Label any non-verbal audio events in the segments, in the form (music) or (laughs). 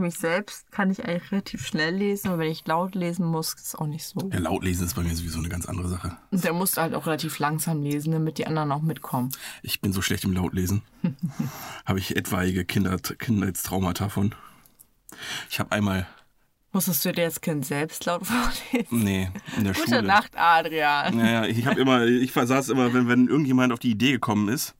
mich selbst kann ich eigentlich relativ schnell lesen, aber wenn ich laut lesen muss, ist es auch nicht so. Ja, laut lesen ist bei mir sowieso eine ganz andere Sache. Und der musste halt auch relativ langsam lesen, damit die anderen auch mitkommen. Ich bin so schlecht (laughs) im Lautlesen. habe ich etwaige Kinder, Kindheitstraumata von. Ich habe einmal, Musstest du dir als Kind selbst laut (laughs) vorlesen? nee, in der Gute Schule. Nacht, Adrian. Naja, ich habe immer, ich saß immer, wenn, wenn irgendjemand auf die Idee gekommen ist,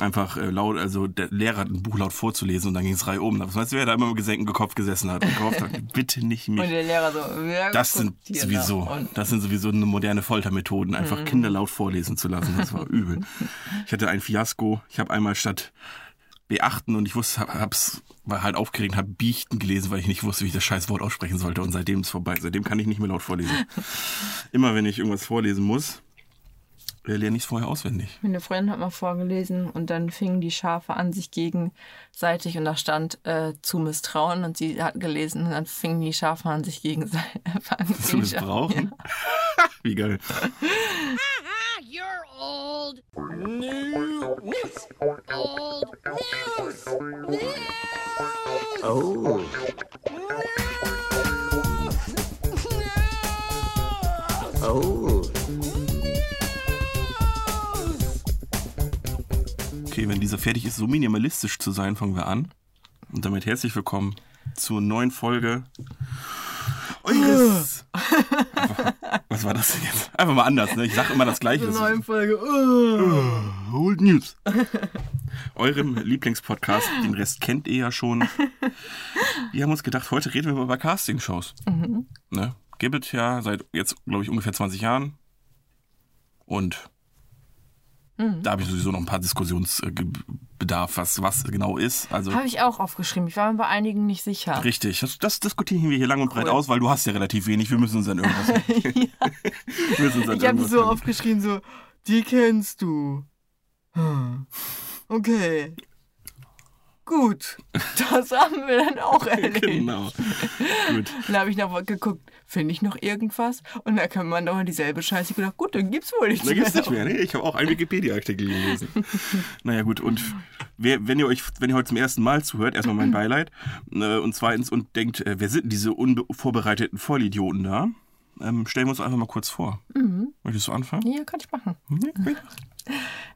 einfach äh, laut, also der Lehrer hat ein Buch laut vorzulesen und dann ging es rei oben. Was meinst du, wer da immer mit gesenktem Kopf gesessen hat und gehofft hat, (laughs) bitte nicht Und mich. der Lehrer so, wir Das sind gucken dir sowieso, nach unten. das sind sowieso eine moderne Foltermethoden, einfach Kinder laut vorlesen zu lassen. Das war übel. Ich hatte ein Fiasko. Ich habe einmal statt beachten und ich wusste, hab, hab's, war halt aufgeregt, habe biechten gelesen, weil ich nicht wusste, wie ich das scheiß Wort aussprechen sollte. Und seitdem ist vorbei. Seitdem kann ich nicht mehr laut vorlesen. Immer wenn ich irgendwas vorlesen muss, äh, lerne ich es vorher auswendig. Meine Freundin hat mal vorgelesen und dann fingen die Schafe an, sich gegenseitig und da stand äh, zu misstrauen und sie hat gelesen und dann fingen die Schafe an, sich gegenseitig (laughs) Zu missbrauchen. (laughs) Wie geil. You're old. News. Old news. News. Oh. Oh. Okay, wenn dieser fertig ist, so minimalistisch zu sein, fangen wir an. Und damit herzlich willkommen zur neuen Folge. Eures. Was war das denn jetzt? Einfach mal anders, ne? Ich sag immer das Gleiche. Das ist Folge. Old News. (laughs) Eurem Lieblingspodcast, den Rest kennt ihr (laughs) ja schon. Wir haben uns gedacht, heute reden wir mal über Castingshows. Mhm. Ne? Gibt es ja seit jetzt, glaube ich, ungefähr 20 Jahren. Und Mhm. da habe ich sowieso noch ein paar Diskussionsbedarf, was, was genau ist. Also Habe ich auch aufgeschrieben. Ich war mir bei einigen nicht sicher. richtig, das, das diskutieren wir hier lang und breit aus, weil du hast ja relativ wenig. Wir müssen uns an (laughs) irgendwas. (laughs) Wir müssen uns an Ich habe irgendwas so binden. aufgeschrieben, so, die kennst du. Hm. Okay. (laughs) Gut. Das haben wir dann auch erledigt. (laughs) Genau. Gut. Dann habe ich noch geguckt, finde ich noch irgendwas? Und da kann man doch in dieselbe Scheiße Ich gedacht, gut, dann gibt's wohl nichts Da gibt's mehr. nicht mehr, ne? Ich habe auch einen Wikipedia-Artikel gelesen. naja, gut, und wer, wenn ihr euch, wenn ihr heute zum ersten Mal zuhört, erstmal mein Beileid. Äh, und zweitens und denkt, äh, wer sind denn diese unvorbereiteten Vollidioten da? Ähm, stellen wir uns einfach mal kurz vor. Möchtest du anfangen? Ja, kann ich machen. Mhm.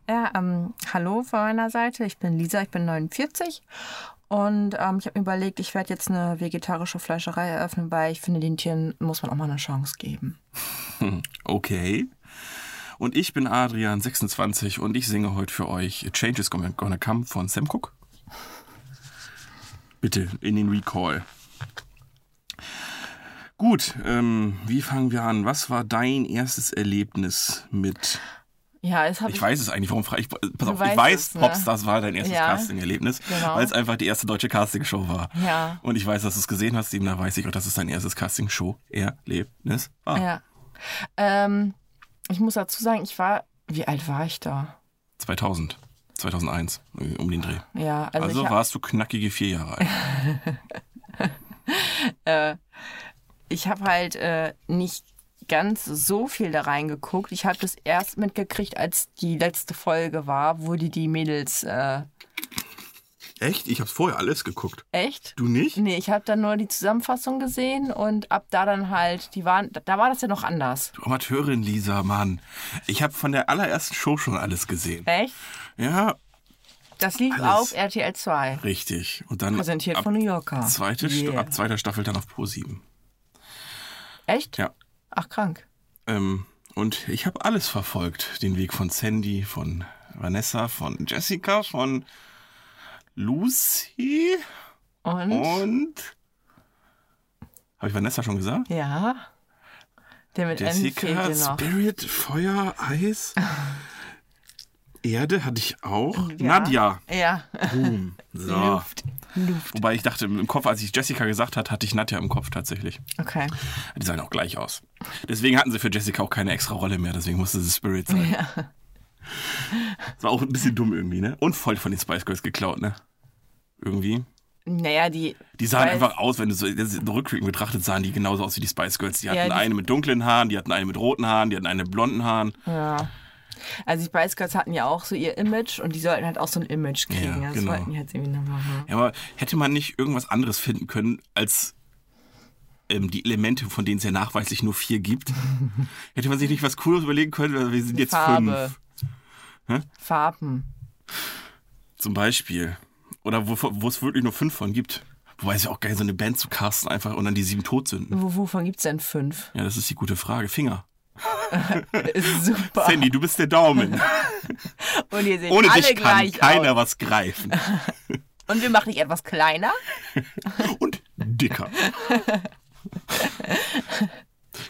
Ja, ähm, hallo von meiner Seite. Ich bin Lisa, ich bin 49. Und ähm, ich habe mir überlegt, ich werde jetzt eine vegetarische Fleischerei eröffnen, weil ich finde, den Tieren muss man auch mal eine Chance geben. Okay. Und ich bin Adrian, 26, und ich singe heute für euch Change is Gonna Gonna Come von Sam Cooke. Bitte in den Recall. Gut, ähm, wie fangen wir an? Was war dein erstes Erlebnis mit. Ja, jetzt habe Ich ich, weiß es eigentlich, warum frage ich. Pass auf, ich weißt weiß, es, ne? Pops, das war dein erstes Ja, Casting-Erlebnis, genau. weil es einfach die erste deutsche Castingshow war. Ja. Und ich weiß, dass du es gesehen hast, eben da weiß ich auch, dass es dein erstes Castingshow-Erlebnis war. Ja. Ähm, ich muss dazu sagen, ich war. Wie alt war ich da? 2000, 2001, irgendwie um den Dreh. Ja, also, Also ich hab- warst du knackige vier Jahre alt. ich habe halt äh, nicht ganz so viel da reingeguckt. Ich habe das erst mitgekriegt, als die letzte Folge war, wo die die Mädels äh, Echt? Ich hab's vorher alles geguckt. echt. Du nicht? Nee, ich habe dann nur die Zusammenfassung gesehen und ab da dann halt, die waren, da war das ja noch anders. Du Amateurin, Lisa, Mann. Ich hab von der allerersten Show schon alles gesehen. Echt? Ja, Das lief Alles. auf RTL 2, richtig. Und dann präsentiert ab, von New Yorker. zweite, Sta- Yeah. ab zweiter Staffel dann auf Pro 7. Echt? Ja. Ach, krank. Ähm, und ich habe alles verfolgt. Den Weg von Sandy, von Vanessa, von Jessica, von Lucy Und? und... Habe ich Vanessa schon gesagt? Ja. Der mit N Jessica, fehlte noch. Spirit, Feuer, Eis. Erde hatte ich auch. Ja. Nadja. Ja. Boom. (laughs) So. Luft. Luft. Wobei ich dachte, im Kopf, als ich Jessica gesagt hat, hatte ich Nadja im Kopf tatsächlich. Okay. Die sahen auch gleich aus. Deswegen hatten sie für Jessica auch keine extra Rolle mehr, deswegen musste sie Spirit sein. Das war auch ein bisschen dumm irgendwie, ne? Und voll von den Spice Girls geklaut, ne? Irgendwie. Naja, die. Die sahen Spice- einfach aus, wenn du so das rückblickend betrachtet, sahen die genauso aus wie die Spice Girls. Die hatten die- eine mit dunklen Haaren, die hatten eine mit roten Haaren, die hatten eine mit blonden Haaren. Ja. Also die Spice Girls hatten ja auch so ihr Image und die sollten halt auch so ein Image kriegen. Ja, das genau. wollten die jetzt irgendwie nochmal machen. Ja, aber hätte man nicht irgendwas anderes finden können als ähm, die Elemente, von denen es ja nachweislich nur (laughs) vier gibt? hätte man sich nicht was Cooles überlegen können? weil Wir sind jetzt Farbe. fünf Hä? Farben. zum Beispiel. Oder wo wo es wirklich nur fünf von gibt. Wobei es ja auch geil so eine Band zu casten einfach und dann die sieben Todsünden. Wo, wovon gibt es denn fünf? (laughs) Ja, das ist die gute Frage. Finger. Super. Sandy, du bist (laughs) der Daumen. Und ihr seht Ohne alle dich kann gleich keiner aus. was greifen. Und wir machen dich etwas kleiner. Und (laughs) dicker.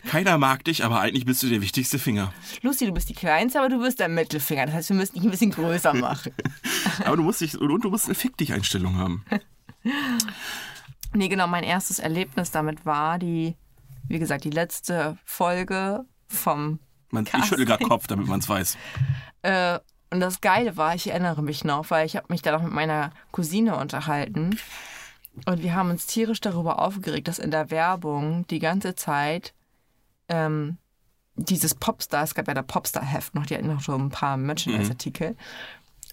Keiner mag dich, aber eigentlich bist du der wichtigste Finger. Lucy, du bist die Kleinste, aber du bist der Mittelfinger. Das heißt, wir müssen dich ein bisschen größer (laughs) machen. Aber du musst dich und und du musst eine Fick dich Einstellung haben. Nee, genau, mein erstes Erlebnis damit war die, wie gesagt, die letzte Folge vom Man, ich Casting. schüttel gerade Kopf, damit man (laughs) es weiß. Äh, und das Geile war, ich erinnere mich noch, weil ich habe mich da noch mit meiner Cousine unterhalten. Und wir haben uns tierisch darüber aufgeregt, dass in der Werbung die ganze Zeit ähm, dieses Popstar, es gab ja da Popstar-Heft noch, die hatten noch so ein paar Merchandise-Artikel.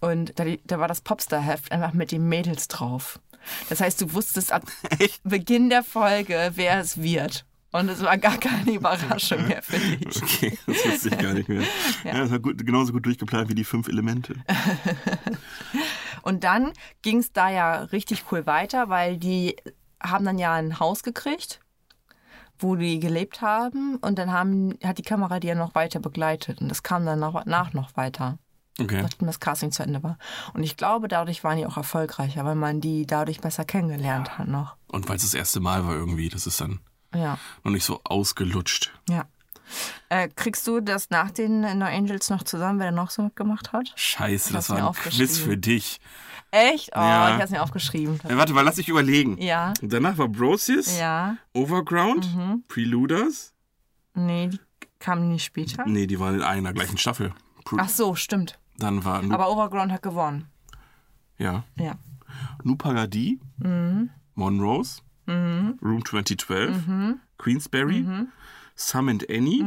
Und da, da war das Popstar-Heft einfach mit den Mädels drauf. Das heißt, du wusstest ab Beginn der Folge, wer es wird. Und es war gar keine Überraschung mehr für dich. Okay, das wusste ich gar nicht mehr. Ja, das war gut, genauso gut durchgeplant wie die fünf Elemente. Und dann ging es da ja richtig cool weiter, weil die haben dann ja ein Haus gekriegt, wo die gelebt haben. Und dann haben, hat die Kamera die ja noch weiter begleitet. Und das kam dann noch, nach noch weiter, Okay. nachdem das Casting zu Ende war. Und ich glaube, dadurch waren die auch erfolgreicher, weil man die dadurch besser kennengelernt hat noch. Und weil es das erste Mal war irgendwie, das ist dann Ja, noch nicht so ausgelutscht. ja. Äh, kriegst du das nach den No Angels noch zusammen, wer da noch so mitgemacht hat? Scheiße, hab's das mir war ein aufgeschrieben. Quiz für dich. Echt? Oh, Ja. ich hab's mir aufgeschrieben. Äh, warte mal, lass dich überlegen. Ja, Und danach war Brosius, ja. Mhm. Overground, Preluders. Nee, die kamen nicht später. Nee, die waren in einer gleichen Staffel. Pre Ach so, stimmt. Dann war nu Aber Overground hat gewonnen. ja. Ja. Nupagadi, Mhm. Monrose, Room 2012, Mhm. Queensberry, Sam and Annie,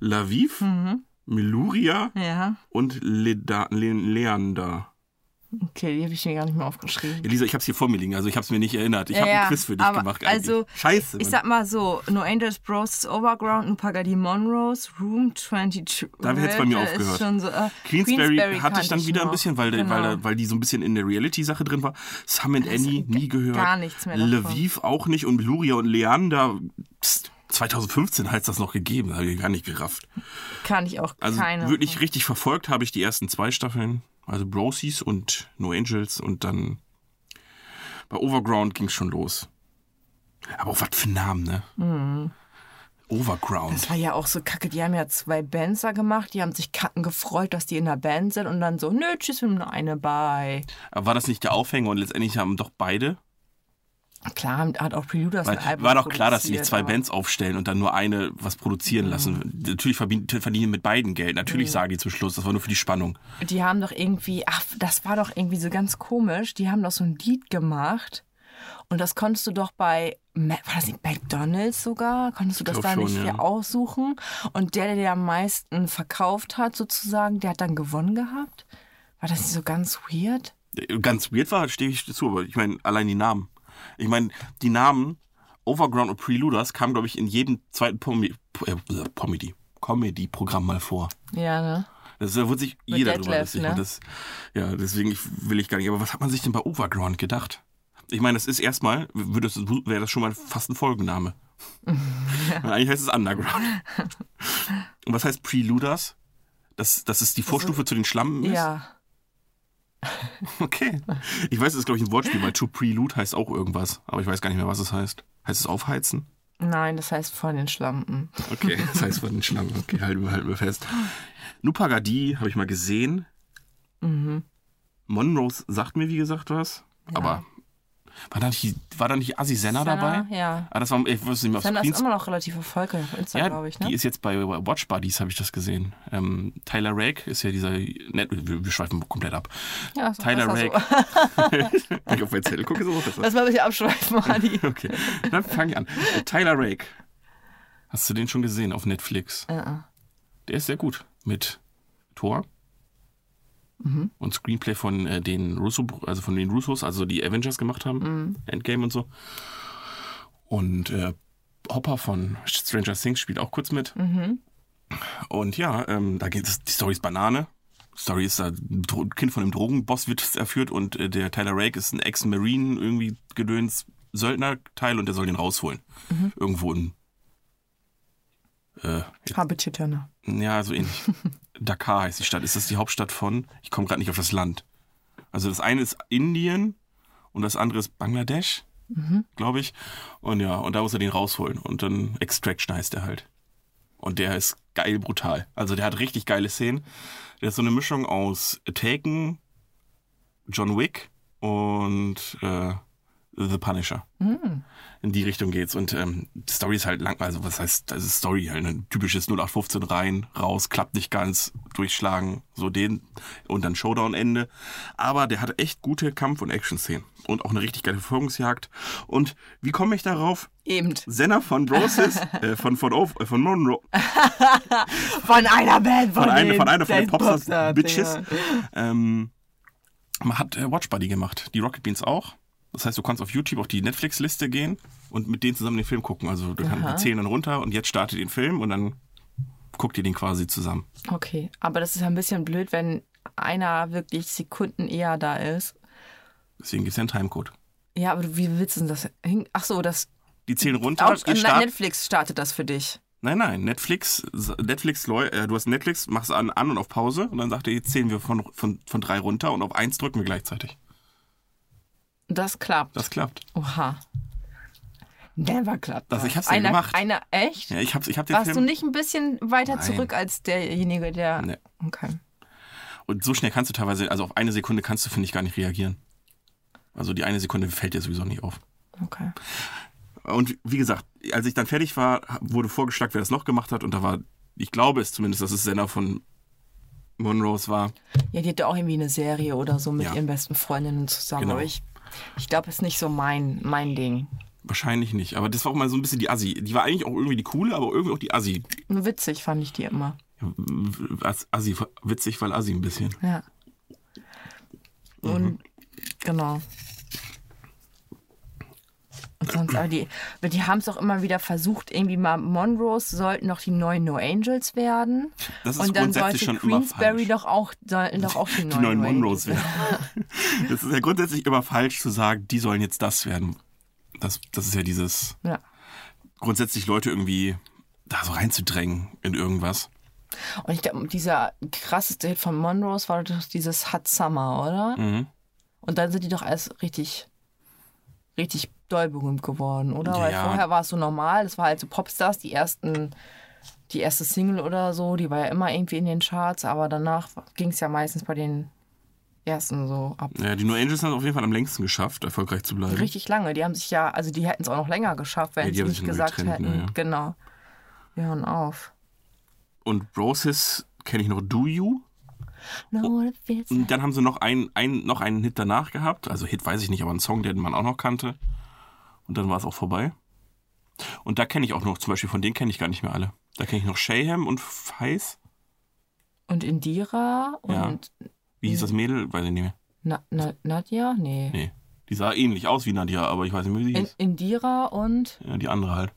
Laviv, Mhm. Meluria Ja. und Leda Le Leander. Okay, die habe ich mir gar nicht mehr aufgeschrieben. Elisa, ich habe es hier vor mir liegen, also ich habe es mir nicht erinnert. Ich Ja, habe ja, einen Quiz für dich aber gemacht. Eigentlich. also, Scheiße. Ich Mann. sag mal so, No Angels Bros, Overground, Nupagadi Monroes, Room 22. Da hätt's bei mir Ist aufgehört. Schon so, äh, Queensberry, hatte kannte ich dann wieder ein noch. bisschen, weil, der- weil, Genau. der- weil die so ein bisschen in der Reality-Sache drin war. Sam and Annie nie gehört. gar nichts mehr davon. Lviv auch nicht und Luria und Leander. Pst, 2015 hat es das noch gegeben, da habe ich gar nicht gerafft. Kannte ich auch Also keine. wirklich richtig verfolgt habe ich die ersten zwei Staffeln, also Brosies und No Angels und dann bei Overground ging es schon los. Aber auch was für ein Namen, ne? Overground. Mhm. Das war ja auch so kacke. Die haben ja zwei Bands da gemacht. Die haben sich kacken gefreut, dass die in der Band sind. Und dann so, nö, tschüss, wir haben nur eine bei. Aber war das nicht der Aufhänger und letztendlich haben doch beide Klar, hat auch Preluders ein Weil, Album war doch klar, dass sie nicht produziert, zwei aber- Mhm. Bands aufstellen und dann nur eine was produzieren lassen. Natürlich verdienen, verdienen mit beiden Geld. Natürlich sagen die zum Schluss, das war nur für die Spannung. Die haben doch irgendwie, ach, das war doch irgendwie so ganz komisch. Die haben doch so ein Lied gemacht und das konntest du doch bei, Ma- war das nicht McDonalds sogar? Konntest du das glaub da nicht schon, für ja. aussuchen? Und der, der dir am meisten verkauft hat, sozusagen, der hat dann gewonnen gehabt? War das nicht so ganz weird? Ganz weird war, stehe ich zu, aber ich meine, allein die Namen. Ich meine, die Namen Overground und Preluders kamen, glaube ich, in jedem zweiten Pomi- P- äh, Pomedy. Comedy-Programm mal vor. Ja, ne? Das, da wird sich Mit jeder drüber Detlef, lustig. ne? Und Das, ja, deswegen ich, will ich gar nicht. Aber was hat man sich denn bei Overground gedacht? Ich meine, das ist erstmal, würde es- wäre das schon mal fast (laughs) ein Folgenname. Weil Eigentlich heißt es Underground. Und was heißt Preluders? Dass, dass es die Vorstufe zu den Schlammen ist? Ja. Okay. Ich weiß, es ist, glaube ich, ein Wortspiel, weil to prelude heißt auch irgendwas. Aber ich weiß gar nicht mehr, was es heißt. Heißt es aufheizen? Nein, das heißt von den Schlampen. Okay, (laughs) das heißt von den Schlangen. Okay, halten wir, halten wir fest. Nupagadi habe ich mal gesehen. Monrose sagt mir, wie gesagt, was. Aber war da nicht, war da nicht Asi Senna dabei? Ja. Ah, das war, ich wusste nicht mehr, Senna auf ist Screens. immer noch relativ erfolgreich auf Insta, Ja, glaube ich, ne? die ist jetzt bei Watch Buddies, habe ich das gesehen. Ähm, Tyler Rake ist ja dieser, net, wir, wir schweifen komplett ab. ja, ist doch Tyler besser Rake. (laughs) Wenn ich auf meinen Zettel gucke, ist es auch besser. Lass mal ein bisschen abschweifen, Adi. (laughs) Okay, dann fange ich an. Äh, Tyler Rake. Hast du den schon gesehen auf Netflix? Äh, äh. Der ist sehr gut mit Thor. Und Screenplay von äh, den Russo, also von den Russos, also die Avengers gemacht haben, Endgame und so. Und äh, Hopper von Stranger Things spielt auch kurz mit. Und ja, ähm, da geht es, die Story ist Banane. Story ist da ein Dro- Kind von einem Drogenboss wird erführt und äh, der Tyler Rake ist ein Ex-Marine irgendwie gedöns Söldnerteil und der soll den rausholen. Irgendwo in äh, Habetitana. ja, so ähnlich. Dakar heißt die Stadt. Ist das die Hauptstadt von? Ich komme gerade nicht auf das Land. Also das eine ist Indien und das andere ist Bangladesch, glaube ich. Und ja, und da muss er den rausholen. Und dann Extraction heißt er halt. Und der ist geil brutal. Also der hat richtig geile Szenen. Der ist so eine Mischung aus Taken, John Wick und äh, The Punisher. In die Richtung geht's. Und ähm, die Story ist halt lang, also was heißt, das ist Story, halt ein typisches 0815 rein, raus, klappt nicht ganz, durchschlagen, so den und dann Showdown-Ende. Aber der hat echt gute Kampf- und Action-Szenen und auch eine richtig geile Verfolgungsjagd. Und wie komme ich darauf? Eben. Senna von Broses, äh, von, von, of, äh, von Monroe, Von einer Band, von, von einer den, von, einer von den den Popstars, Bitches. Ja. Ähm, man hat äh, Watch Buddy gemacht, die Rocket Beans auch. Das heißt, du kannst auf YouTube auf die Netflix-Liste gehen und mit denen zusammen den Film gucken. Also du kannst die zählen dann runter und jetzt startet den Film und dann guckt ihr den quasi zusammen. Okay, aber das ist ja ein bisschen blöd, wenn einer wirklich Sekunden eher da ist. Deswegen gibt's ja einen Timecode. Ja, aber du- wie willst du denn das hin? Ach so, das Die zählen runter. Out, ihr startet- Netflix startet das für dich. Nein, nein, Netflix, Netflix, Leu- äh, du hast Netflix, machst an, an und auf Pause und dann sagt er, jetzt zählen wir von, von, von drei runter und auf eins drücken wir gleichzeitig. Das klappt. Das klappt. Oha. Never klappt. Das- Also ich hab's ja einer, gemacht. Einer, echt? Ja, ich hab, ich hab den Warst du Film. nicht ein bisschen weiter Nein. zurück als derjenige, der. Nee. Okay. Und so schnell kannst du teilweise, also auf eine Sekunde kannst du, finde ich, gar nicht reagieren. Also die eine Sekunde fällt dir sowieso nicht auf. Okay. Und wie gesagt, als ich dann fertig war, wurde vorgeschlagen, wer das noch gemacht hat. Und da war, ich glaube es zumindest, dass es Senna von Monroes war. Ja, die hat ja auch irgendwie eine Serie oder so mit Ja. ihren besten Freundinnen zusammen. Genau. Aber ich, ich glaube, es ist nicht so mein, mein Ding. Wahrscheinlich nicht. Aber das war auch mal so ein bisschen die Assi. Die war eigentlich auch irgendwie die coole, aber irgendwie auch die Assi. Nur witzig fand ich die immer. As- Assi, witzig, weil Assi ein bisschen. Ja. Mhm. Und genau. Und sonst, aber die, aber die haben es auch immer wieder versucht, irgendwie mal Monroes sollten noch die neuen No Angels werden. Das ist Und dann grundsätzlich sollte schon immer Queensberry falsch. doch auch, sollten doch auch die, Die neuen No Angels Monroes werden. Das ist ja grundsätzlich immer falsch zu sagen, die sollen jetzt das werden. Das, das ist ja dieses, Ja. grundsätzlich Leute irgendwie da so reinzudrängen in irgendwas. Und ich glaube, dieser krasseste Hit von Monroes war doch dieses Hot Summer, oder? Mhm. Und dann sind die doch erst richtig, richtig doll berühmt geworden, oder? Weil Ja. vorher war es so normal, das war halt so Popstars, die ersten, die erste Single oder so, die war ja immer irgendwie in den Charts, aber danach ging es ja meistens bei den ersten so ab. Ja, die New Angels haben es auf jeden Fall am längsten geschafft, erfolgreich zu bleiben. Richtig lange. Die haben sich ja, also die hätten es auch noch länger geschafft, wenn Ja, die sie haben nicht sich nur gesagt getrennt, hätten. ne, ja. Genau. Wir hören auf. Und Roses kenne ich noch Do You. No, what it feels Und dann haben sie noch einen, einen, noch einen Hit danach gehabt. Also Hit weiß ich nicht, aber einen Song, den man auch noch kannte. Und dann war es auch vorbei. Und da kenne ich auch noch, zum Beispiel von denen kenne ich gar nicht mehr alle. Da kenne ich noch Shayham und Feis. Und Indira und Wie hieß das Mädel? Weiß ich nicht mehr. Na, na, Nadja? Nee. Nee. Die sah ähnlich aus wie Nadia, aber ich weiß nicht mehr, wie sie In, hieß. Indira und. Ja, die andere halt.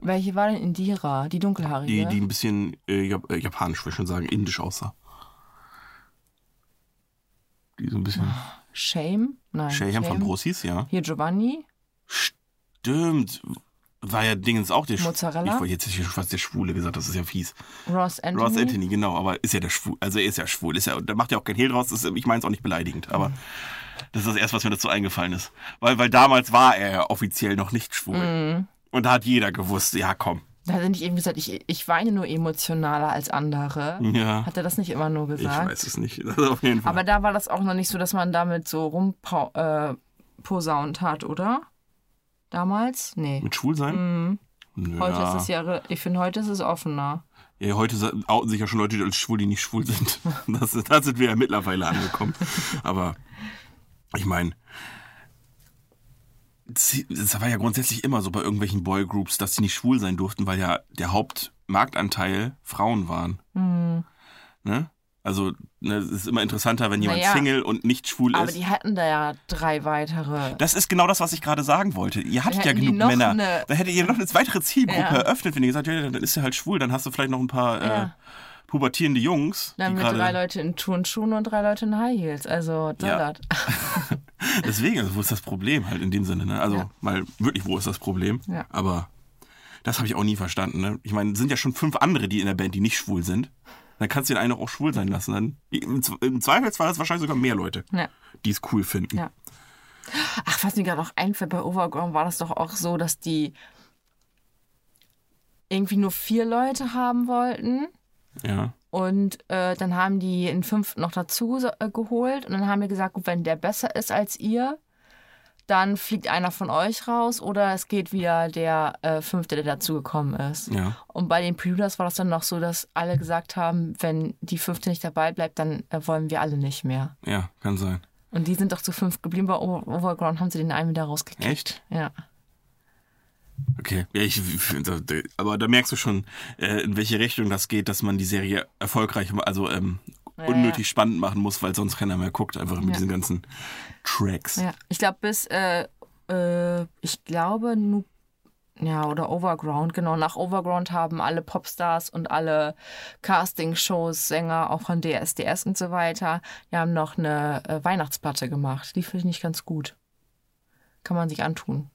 Welche war denn Indira? Die Die, dunkelhaarige? die ein bisschen äh, Jap- äh, japanisch, würde ich schon sagen, indisch aussah. Die so ein bisschen. Shame? Nein. Shayham von Brosis, ja. Hier Giovanni. Stimmt. War ja Dingens auch der Schw- Mozzarella? Mhm. Ich wollte jetzt hier schon fast der Schwule gesagt, das ist ja fies. Ross Anthony. Ross Anthony, genau, aber ist ja der Schwule. Also er ist ja schwul. Ist ja, da macht ja auch kein Hehl draus. Ist, ich meine es auch nicht beleidigend, aber Mhm. das ist das erste, was mir dazu eingefallen ist. Weil, weil damals war er ja offiziell noch nicht Mhm. schwul. Und da hat jeder gewusst, ja komm. Mm. Da hat er nicht eben gesagt, ich, ich weine nur emotionaler als andere. Ja. Hat er das nicht immer nur Ich gesagt? weiß es nicht. (laughs) Das ist auf jeden Fall. Aber da war das auch noch nicht so, dass man damit so rumposaunt äh, posaunt hat, oder? Damals? Nee. Mit schwul sein? Nö, Mhm. Heute ja. ist es ja, re- ich finde, heute ist es offener. Ja, Äh, heute sa- outen sich ja schon Leute als schwul, die nicht schwul (laughs) sind. Das, da sind wir ja mittlerweile angekommen. Aber ich meine, das war ja grundsätzlich immer so bei irgendwelchen Boygroups, dass sie nicht schwul sein durften, weil ja der Haupt, Marktanteil Frauen waren. Hm. Ne? Also ne, es ist immer interessanter, wenn jemand Naja. Single und nicht schwul Aber ist. die hatten da ja drei weitere. Das ist genau das, was ich gerade sagen wollte. Ihr hattet ja hätten die genug noch Männer. eine- Da hättet ihr noch eine weitere Zielgruppe Ja. eröffnet, wenn ihr gesagt hättet, dann ist er halt schwul, dann hast du vielleicht noch ein paar äh, Ja. pubertierende Jungs. Dann die mit drei gerade. Leute in Turnschuhen und drei Leute in High Heels. Also, Ja. Salat. (laughs) Deswegen, also wo ist das Problem halt in dem Sinne? Ne? Also Ja. mal wirklich, wo ist das Problem? Ja. Aber das habe ich auch nie verstanden. Ne? Ich meine, es sind ja schon fünf andere, die in der Band, die nicht schwul sind. Dann kannst du den einen auch schwul sein lassen. Dann, im, Z- Im Zweifelsfall ist wahrscheinlich sogar mehr Leute, (laughs) Ja. die es cool finden. Ja. Ach, was mir gerade noch einfällt, bei Overground war das doch auch so, dass die irgendwie nur vier Leute haben wollten. Ja. Und äh, dann haben die einen fünften noch dazu so- äh, geholt. Und dann haben wir gesagt, gut, wenn der besser ist als ihr, dann fliegt einer von euch raus oder es geht wieder der äh, fünfte, der dazugekommen ist. Ja. Und bei den Preluders war das dann noch so, dass alle gesagt haben, wenn die fünfte nicht dabei bleibt, dann äh, wollen wir alle nicht mehr. Ja, kann sein. Und die sind doch zu fünf geblieben. Bei Over Overground haben sie den einen wieder rausgekickt. Echt? Ja. Okay, ja, ich, also, aber da merkst du schon, äh, in welche Richtung das geht, dass man die Serie erfolgreich, also ähm, Ja, unnötig ja. spannend machen muss, weil sonst keiner mehr guckt, einfach mit Ja. diesen ganzen Tracks. Ja, ich glaube, bis, äh, äh, ich glaube, Nu- ja, oder Overground, genau. Nach Overground haben alle Popstars und alle Castingshows, Sänger, auch von DSDS und so weiter, die haben noch eine äh, Weihnachtsplatte gemacht. Die finde ich nicht ganz gut. Kann man sich antun.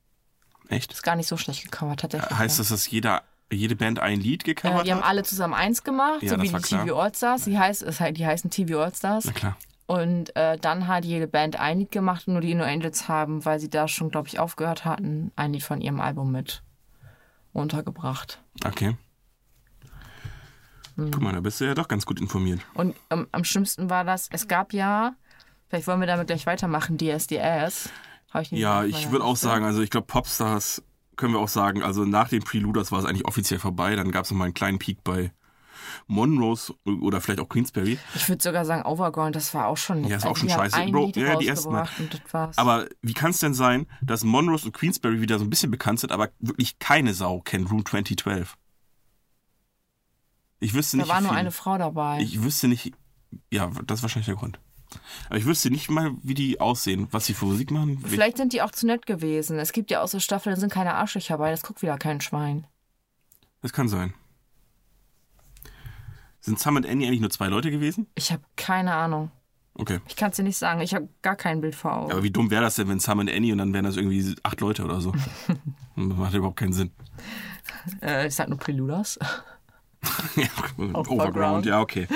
Echt? Ist gar nicht so schlecht gecovert, tatsächlich. Äh, Heißt ja. das, dass jeder, jede Band ein Lied Äh, gecovert die haben hat? alle zusammen eins gemacht, Ja, so das wie war die klar. TV Allstars. Die, heißt, es halt- die heißen TV Allstars. Na klar. Und äh, dann hat jede Band ein Lied gemacht, nur die No Angels haben, weil sie da schon, glaube ich, aufgehört hatten, ein Lied von ihrem Album mit untergebracht. Okay. Hm. Guck mal, da bist du ja doch ganz gut informiert. Und ähm, am schlimmsten war das, es gab ja, vielleicht wollen wir damit gleich weitermachen, DSDS. Hab ich nicht Ja, auf ich meiner würde auch Liste. sagen, also ich glaube, Popstars können wir auch sagen, also nach den Preluders war es eigentlich offiziell vorbei. Dann gab es nochmal einen kleinen Peak bei Monroes oder vielleicht auch Queensberry. Ich würde sogar sagen, Overground, das war auch schon. also Ja, ist auch schon die haben scheiße. Ein Bro, Lied ja, die ersten rausgebracht und das war's. Aber wie kann es denn sein, dass Monroes und Queensberry wieder so ein bisschen bekannt sind, aber wirklich keine Sau kennt Room 2012? Ich wüsste da nicht. war wie nur viele- eine Frau dabei. Ich wüsste nicht. Ja, das ist wahrscheinlich der Grund. Aber ich wüsste nicht mal, wie die aussehen, was sie für Musik machen. wie- vielleicht sind die auch zu nett gewesen. Es gibt ja auch so Staffeln, da sind keine Arschlöcher bei, das guckt wieder kein Schwein. Das kann sein. Sind Sam und Annie eigentlich nur zwei Leute gewesen? Ich habe keine Ahnung. Okay. Ich kann es dir nicht sagen. Ich habe gar kein Bild vor Augen. Aber wie dumm wäre das denn, wenn Sam und Annie und dann wären das irgendwie acht Leute oder (laughs) so? Macht überhaupt keinen Sinn. Äh, ich sag nur Preluders. Ja, Overground, Overground. ja, okay.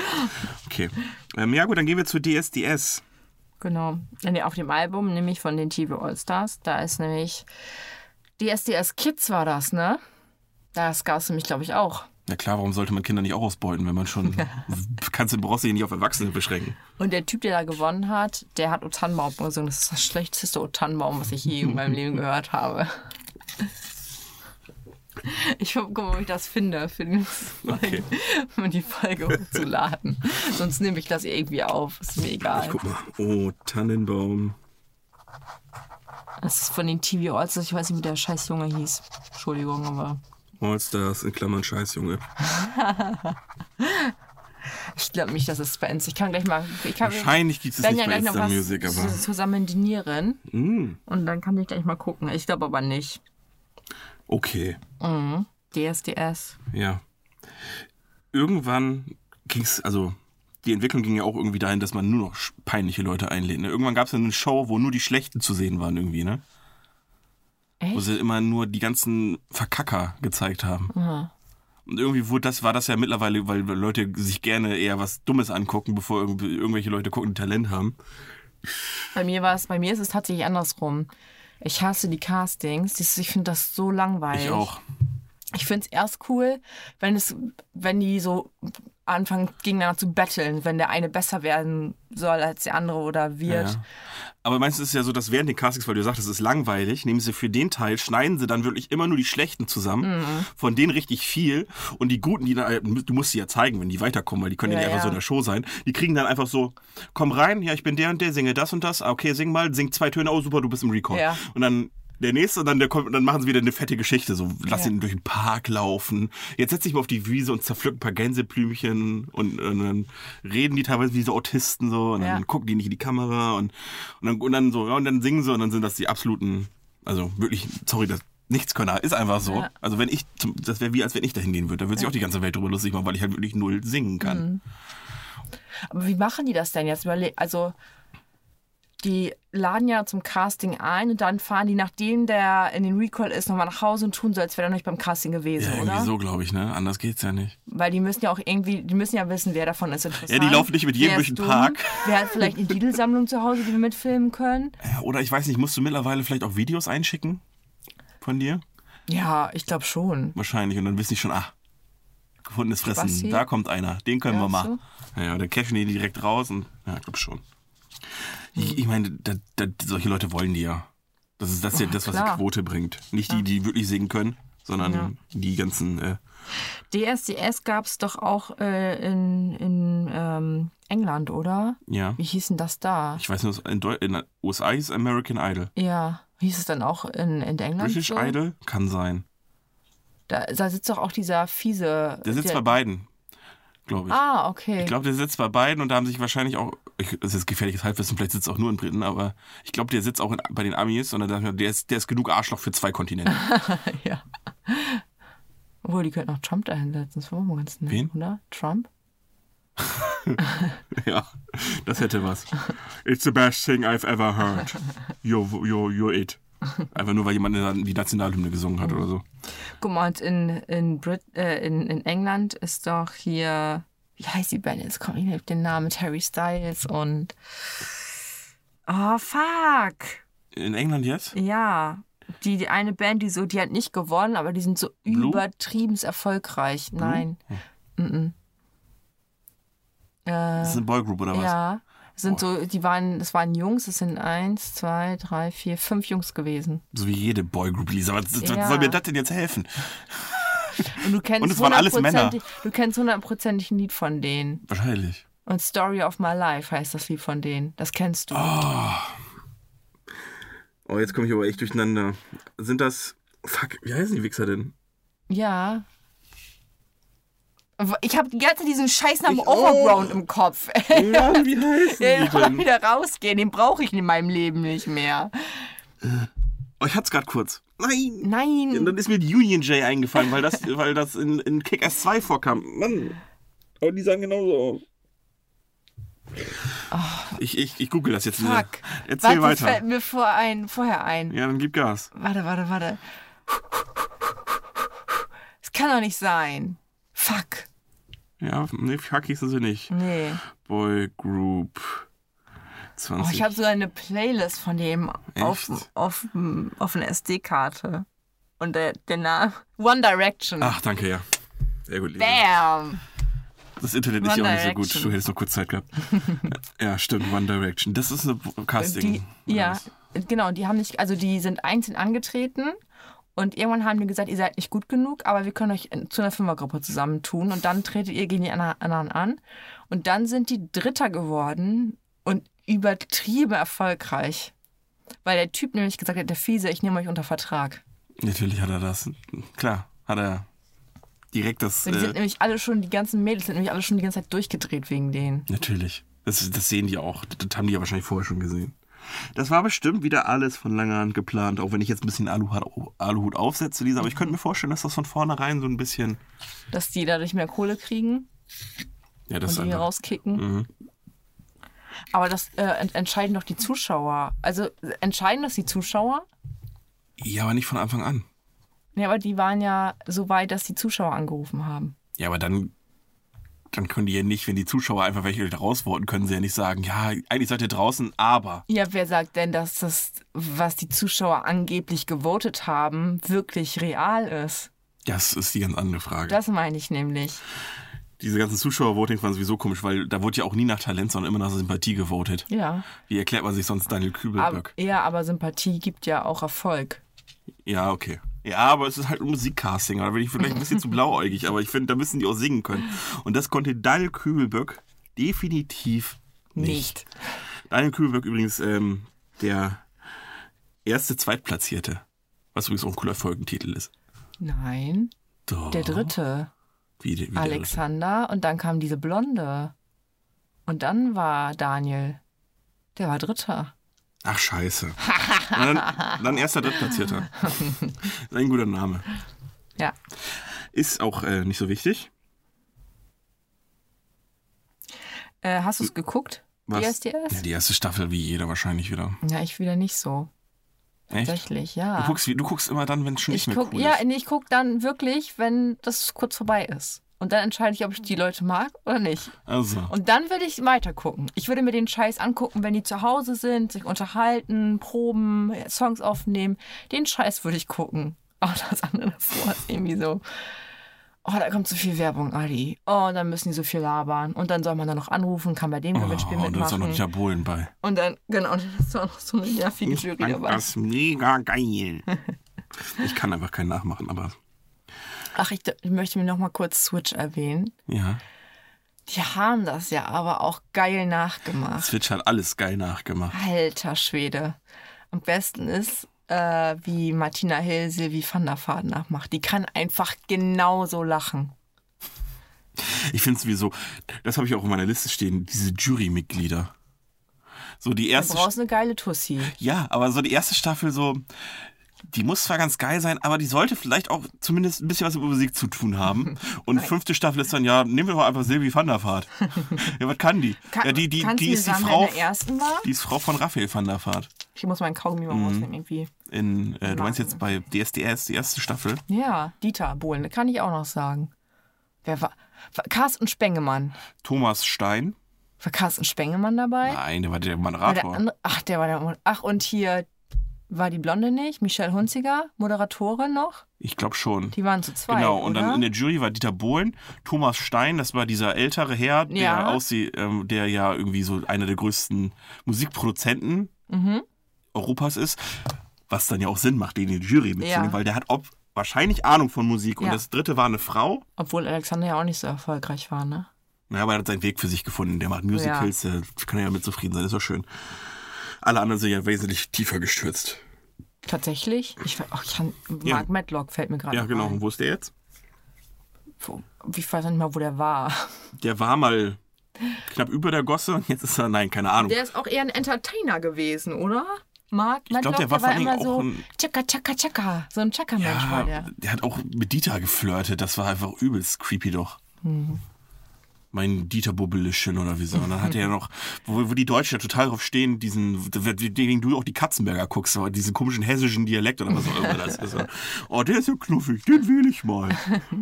okay. Ähm, ja, gut, dann gehen wir zu DSDS. (laughs) Genau. Nee, auf dem Album, nämlich von den TV Allstars, da ist nämlich DSDS Kids war das, ne? Das gab es nämlich, glaube ich, auch. Ja, klar, warum sollte man Kinder nicht auch ausbeuten, wenn man schon. (laughs) kannst du brauchst dich nicht auf Erwachsene beschränken. Und der Typ, der da gewonnen hat, der hat O Tannenbaum gesungen. Das ist das schlechteste O Tannenbaum, was ich je in meinem Leben gehört habe. (laughs) Ich gucke mal, ob ich das finde, für die Folge, (laughs) um die Folge hochzuladen. Sonst nehme ich das irgendwie auf. Ist mir egal. Guck mal. Oh, Tannenbaum. Das ist von den TV Allstars, ich weiß nicht, wie der scheiß Junge hieß. Entschuldigung, aber Allstars in Klammern Scheiß, Junge. ich glaube nicht, dass es bei uns. Ich kann gleich mal. Ich kann, Wahrscheinlich gibt es wir werden nicht bei gleich noch Insta was Music, aber. zu- zusammen dinieren Mm, und dann kann ich gleich mal gucken. Ich glaube aber nicht. okay. DSDS. Ja. Irgendwann ging es, also die Entwicklung ging ja auch irgendwie dahin, dass man nur noch sch- peinliche Leute einlädt. Ne? Irgendwann gab es eine Show, wo nur die Schlechten zu sehen waren irgendwie, ne? Wo Echt? sie immer nur die ganzen Verkacker gezeigt haben. Und irgendwie wurde das, war das ja mittlerweile, weil Leute sich gerne eher was Dummes angucken, bevor irgendwie, irgendwelche Leute gucken, die Talent haben. Bei mir war es, bei mir ist es tatsächlich andersrum. Ich hasse die Castings. Das- Ich finde das so langweilig. Ich auch. Ich finde es erst cool, wenn es, wenn die so anfangen gegeneinander zu betteln, wenn der eine besser werden soll als der andere oder wird. Ja. Aber meistens ist es ja so, dass während den Castings, weil du sagst, es ist langweilig, nehmen sie für den Teil, schneiden sie dann wirklich immer nur die Schlechten zusammen, Mhm. von denen richtig viel und die Guten, die dann, äh, du musst sie ja zeigen, wenn die weiterkommen, weil die können ja, Ja, nicht einfach ja. so in der Show sein, die kriegen dann einfach so, komm rein, ja, ich bin der und der, singe das und das, ah, okay, sing mal, sing zwei Töne, oh super, du bist im Rekord. Ja. Und dann Der nächste, und dann, der kommt, und dann machen sie wieder eine fette Geschichte. So, lass Ja. ihn durch den Park laufen. Jetzt setz dich mal auf die Wiese und zerpflück ein paar Gänseblümchen. Und, und dann reden die teilweise wie so Autisten so. Und Ja. dann gucken die nicht in die Kamera. Und, und, dann, und dann so, ja, und dann singen sie. Und dann sind das die absoluten, also wirklich, sorry, das Nichtskönner ist einfach so. Ja. Also wenn ich, zum, das wäre wie, als wenn ich dahin gehen würde. Da würde sich auch die ganze Welt drüber lustig machen, weil ich halt wirklich null singen kann. Mhm. Aber wie machen die das denn jetzt? Überle also, die laden ja zum Casting ein und dann fahren die, nachdem der in den Recall ist, nochmal nach Hause und tun so, als wäre er noch nicht beim Casting Ja, gewesen, irgendwie oder? so, glaube ich, ne? Anders geht's ja nicht. Weil die müssen ja auch irgendwie, die müssen ja wissen, wer davon ist interessant. Ja, die laufen nicht mit jedem wer ist durch den dumm, Park. Wer hat vielleicht eine Titelsammlung zu Hause, die wir mitfilmen können? Ja, Oder ich weiß nicht, musst du mittlerweile vielleicht auch Videos einschicken von dir? Ja, ich glaube schon. Wahrscheinlich. Und dann wissen die schon, ah, gefundenes Fressen, Spassi. da kommt einer, den können wir Ja, mal. Ja, und dann cashen die direkt raus und ja, ich glaube schon. Ich, ich meine, da, da, solche Leute wollen die ja. Das ist das, ist ja das was klar. die Quote bringt. Nicht die, die wirklich singen können, sondern die ganzen. Äh, DSDS gab es doch auch äh, in, in ähm, England, oder? ja. Wie hieß denn das da? Ich weiß nur, in, Deu in den USA ist American Idol. Ja, hieß es dann auch in, in England? British so? Idol kann sein. Da, da sitzt doch auch dieser fiese. Der sitzt bei beiden, glaube ich. Ah, okay. Ich glaube, der sitzt bei beiden und da haben sich wahrscheinlich auch, ich, das ist gefährliches Halbwissen, vielleicht sitzt er auch nur in Briten, aber ich glaube, der sitzt auch in, bei den Amis und da dachte ich, mir, der ist, der ist genug Arschloch für zwei (laughs) Kontinente. (laughs) ja. Obwohl, die könnten auch Trump dahin setzen. Das wollen wir ganz nett, Wen? oder? Trump? ja, das hätte was. It's the best thing I've ever heard. You're, you're, you're it. Einfach nur, weil jemand die Nationalhymne gesungen hat oder so. Guck mal, und in, in, Brit äh, in, in England ist doch hier. Wie heißt die Band? Jetzt kommt ich nicht auf den Namen mit Harry Styles und. Oh, fuck! In England jetzt? Ja. Die, die eine Band, die so, die hat nicht gewonnen, aber die sind so Blue? übertrieben erfolgreich. Nein. Mm -mm. Äh, Das ist eine Boygroup oder was? Oh. Ja. Sind so, die waren, das waren Jungs, es sind eins, zwei, drei, vier, fünf Jungs gewesen. So wie jede Boygroup, Lisa. Was, was Ja. soll mir das denn jetzt helfen? Und du kennst Und es waren alles Männer. hundertprozentig- Du kennst hundertprozentig ein Lied von denen. Wahrscheinlich. Und Story of My Life heißt das Lied von denen. Das kennst du. Oh, jetzt komme ich aber echt durcheinander. Sind das. Fuck, wie heißen die Wichser denn? Ja. Ich habe die ganze Zeit diesen Scheißnamen Ich auch. Overground im Kopf. (laughs) Ja, wie heißen Den soll mal wieder rausgehen. Den brauche ich in meinem Leben nicht mehr. Oh, ich hatte es gerade kurz. Nein! Und Nein. dann ist mir die Union J eingefallen, weil (laughs) das, weil das in, in Kick-Ass 2 vorkam. Mann! Aber die sahen genauso aus. Ich, ich, ich google das jetzt. Lisa. Oh. Fuck. Warte, Erzähl weiter. fällt mir vor ein, vorher ein. Ja, dann gib Gas. Warte, warte, warte. Es kann doch nicht sein. Fuck. Ja, nee, Fuckies sind sie nicht. Nee. Boy Group Oh, 20. ich habe sogar eine Playlist von dem auf, Echt? auf, auf einer SD-Karte. Und der, der Name. One Direction. Ach, danke, ja. Sehr gut, Lisa. Bam. Das Internet ist One ja auch nicht so Direction. gut. Du hättest noch kurz (laughs) Zeit gehabt. ja, stimmt, One Direction. Das ist eine Äh, Die, Casting. ja, genau. Die haben nicht, also die sind einzeln angetreten. Und irgendwann haben die gesagt, ihr seid nicht gut genug, aber wir können euch in- zu einer Fünfergruppe zusammentun. Und dann tretet ihr gegen die ander- anderen an. Und dann sind die Dritter geworden und übertrieben erfolgreich. Weil der Typ nämlich gesagt hat, der Fiese, ich nehme euch unter Vertrag. Natürlich hat er das. Klar, hat er direkt das. So, die sind Äh, nämlich alle schon, die ganzen Mädels sind nämlich alle schon die ganze Zeit durchgedreht wegen denen. natürlich. Das, das sehen die auch. Das haben die ja wahrscheinlich vorher schon gesehen. Das war bestimmt wieder alles von langer Hand geplant, auch wenn ich jetzt ein bisschen Aluhut, Aluhut aufsetze, Lisa. Aber ich könnte mir vorstellen, dass das von vornherein so ein bisschen. Dass die dadurch mehr Kohle kriegen Ja, das ist und die einfach. rauskicken. Aber das äh, ent entscheiden doch die Zuschauer. Also äh, entscheiden das die Zuschauer? Ja, aber nicht von Anfang an. Ja, aber die waren ja so weit, dass die Zuschauer angerufen haben. Ja, aber dann, dann können die ja nicht, wenn die Zuschauer einfach welche rausworten, können sie ja nicht sagen, ja, eigentlich seid ihr draußen, aber. Ja, wer sagt denn, dass das, was die Zuschauer angeblich gewotet haben, wirklich real ist? Das ist die ganz andere Frage. Das meine ich nämlich. Diese ganzen Zuschauer-Votings waren sowieso komisch, weil da wurde ja auch nie nach Talent, sondern immer nach Sympathie gewotet. Ja. Wie erklärt man sich sonst Daniel Aber, Kübelböck? ja, aber Sympathie gibt ja auch Erfolg. Ja, okay. Ja, aber es ist halt ein Musikcasting. Da bin ich vielleicht ein bisschen zu blauäugig, aber ich finde, da müssen die auch singen können. Und das konnte Daniel Kübelböck definitiv nicht. Daniel Kübelböck übrigens, ähm, der erste Zweitplatzierte. Was übrigens auch ein cooler Folgentitel ist. Nein, Doch. der dritte. Wie, der- wie Der dritte. Alexander und dann kam diese Blonde. Und dann war Daniel. Der war Dritter. Ach, scheiße. Na, dann, dann (laughs) erster Drittplatzierter. ist ein guter Name. Ja. Ist auch äh, nicht so wichtig. Äh, hast du es geguckt? DSDS? Ja, die erste Staffel, wie jeder wahrscheinlich wieder. Ja, ich wieder nicht so. Echt? Tatsächlich, Du ja. guckst, wie- du guckst immer dann, wenn es schon nicht ich mehr guck, cool ja, ist. nee, ich guck dann wirklich, wenn das kurz vorbei ist. Und dann entscheide ich, ob ich die Leute mag oder nicht. Also, Und dann würde ich weiter gucken. Ich würde mir den Scheiß angucken, wenn die zu Hause sind, sich unterhalten, proben, Songs aufnehmen. Den Scheiß würde ich gucken. (laughs) Aber das andere davor ist irgendwie so. Oh, da kommt so viel Werbung, Adi. Oh, und dann müssen die so viel labern. Und dann soll man da noch anrufen, kann bei dem oh, Gewinnspiel und da ist auch noch mitmachen. Dieter Bohlen bei. Und dann, genau, (laughs) und dann ist da noch so eine nervige Jury fand dabei. das mega geil. Ich kann einfach keinen nachmachen, aber Ach, ich, ich möchte mir noch mal kurz Switch erwähnen. ja. Die haben das ja aber auch geil nachgemacht. Switch hat alles geil nachgemacht. Alter Schwede. Am besten ist, äh, wie Martina Hill Silvi van der Vaart nachmacht. Die kann einfach genauso lachen. Ich finde es wie so, das habe ich auch in meiner Liste stehen, diese Jurymitglieder. So die Du erste, brauchst eine geile Tussi. ja, aber so die erste Staffel so, die muss zwar ganz geil sein, aber die sollte vielleicht auch zumindest ein bisschen was mit Musik zu tun (laughs) haben. Und fünfte Staffel ist dann, ja, nehmen wir mal einfach Silvi van der Vaart. ja, was kann die? Kann, ja, die, die, kannst du die mir ist die sagen, Frau, wer in der ersten war? die ist Frau von Raphael van der Vaart. Ich muss meinen Kaugummi Mhm. mal rausnehmen irgendwie. In, äh, du meinst jetzt bei DSDS, die erste Staffel? Ja, Dieter Bohlen, kann ich auch noch sagen. Wer war? war Carsten Spengemann. Thomas Stein. War Carsten Spengemann dabei? Nein, der war der War der Moderator. andere, ach, der war der. Ach, und hier war die Blonde nicht? Michelle Hunziger, Moderatorin noch? ich glaube schon. Die waren zu zweit. Genau, und oder? dann in der Jury war Dieter Bohlen, Thomas Stein, das war dieser ältere Herr, der Ja. aussieht, ähm, der ja irgendwie so einer der größten Musikproduzenten Mhm. Europas ist, was dann ja auch Sinn macht, den in die Jury mitzunehmen, Ja. weil der hat ob wahrscheinlich Ahnung von Musik. Und Ja. das dritte war eine Frau, Obwohl Alexander ja auch nicht so erfolgreich war, ne? Ja, aber er hat seinen Weg für sich gefunden. Der macht Musicals, der kann ja mit zufrieden sein, ist doch schön. Alle anderen sind ja wesentlich tiefer gestürzt. Tatsächlich? Ich, weiß- ach, ich kann, Mark Ja. Matlock fällt mir gerade Ja, noch genau. Und Ein. wo ist der jetzt? Wo, ich weiß nicht mal, wo der war. Der war mal knapp über der Gosse und jetzt ist er, nein, keine (laughs) Ahnung. Der ist auch eher ein Entertainer gewesen, oder? Mark glaub, Matlock, der war vor allen immer Dingen auch so ein- Chaka, Chaka, Chaka. So ein Chaka-Mensch ja, war der. hat auch mit Dieter geflirtet. Das war einfach übelst creepy doch. Mein Dieter Bubbelischen oder wie so. Und dann hat er ja noch, wo, wo die Deutschen ja total drauf stehen, diesen, den du auch die Katzenberger guckst, aber diesen komischen hessischen Dialekt oder was auch immer das ist. Oh, der ist ja knuffig, den will ich mal.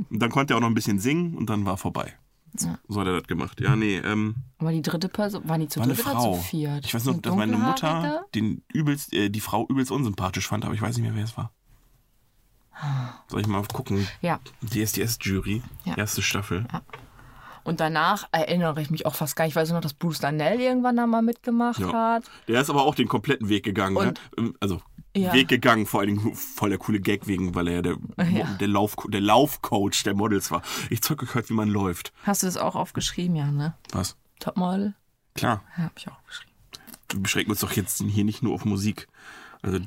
Und dann konnte er auch noch ein bisschen singen und dann war vorbei. So, so hat er das gemacht. Ja, nee, ähm, Aber die dritte Person, waren die zu war eine dritt oder zu Frau. viert? Ich weiß noch, Eine dass meine Mutter dunkelhaarige? den übelst, äh, die Frau übelst unsympathisch fand, aber ich weiß nicht mehr, wer es war. Soll ich mal gucken? Ja, DSDS-Jury, Ja. erste Staffel. und danach erinnere ich mich auch fast gar nicht. Ich weiß nur noch, dass Bruce Danell irgendwann da mal mitgemacht Ja. hat. Der ist aber auch den kompletten Weg gegangen. Und- ne? Also, Ja. Weg gegangen, vor allen Dingen voll der coole Gag wegen, weil er ja der, Ja. der, Lauf, der Laufcoach der Models war. Ich zeig euch heute, wie man läuft. Hast du das auch aufgeschrieben, ja, ne? Was? Topmodel? Klar, Ja, hab ich auch aufgeschrieben. wir beschränken uns doch jetzt hier nicht nur auf Musik. Also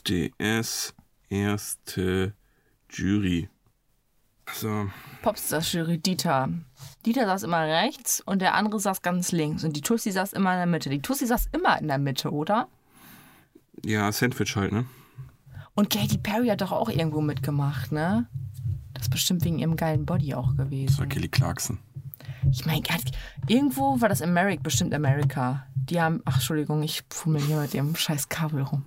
DSDS, erste Jury. Also, So. Popstars-Jury Dieter. Dieter saß immer rechts und der andere saß ganz links. Und die Tussi saß immer in der Mitte. Die Tussi saß immer in der Mitte, oder? Ja, Sandwich halt, ne? Und Katy Perry hat doch auch irgendwo mitgemacht, ne? Das ist bestimmt wegen ihrem geilen Body auch Das war gewesen. Kelly Clarkson. Ich meine, gar nicht- irgendwo war das America, bestimmt America. Die haben, ach, Entschuldigung, ich fummel hier mit ihrem scheiß Kabel rum.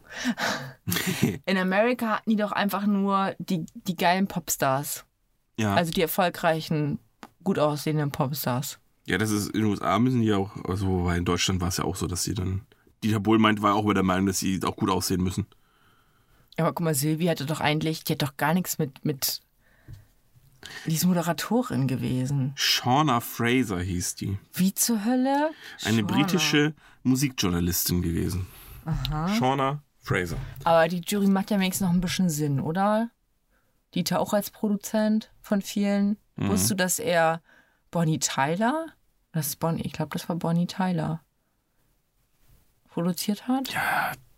In America hatten die doch einfach nur die, die geilen Popstars. Ja. Also die erfolgreichen, gut aussehenden Popstars. ja, das ist in den USA müssen die auch, also wobei in Deutschland war es ja auch so, dass sie dann. Dieter Bohl meint, war auch über der Meinung, dass sie auch gut aussehen müssen. Aber guck mal, Silvi hatte doch eigentlich, die hat doch gar nichts mit, mit die ist Moderatorin gewesen. Shauna Fraser hieß die. Wie zur Hölle? Eine Shauna. britische Musikjournalistin gewesen. Aha. Shauna Fraser. Aber die Jury macht ja wenigstens noch ein bisschen Sinn, oder? Dieter auch als Produzent von vielen. Mhm. Wusstest du, dass er Bonnie Tyler, das ist Bonnie, ich glaube, das war Bonnie Tyler, produziert hat?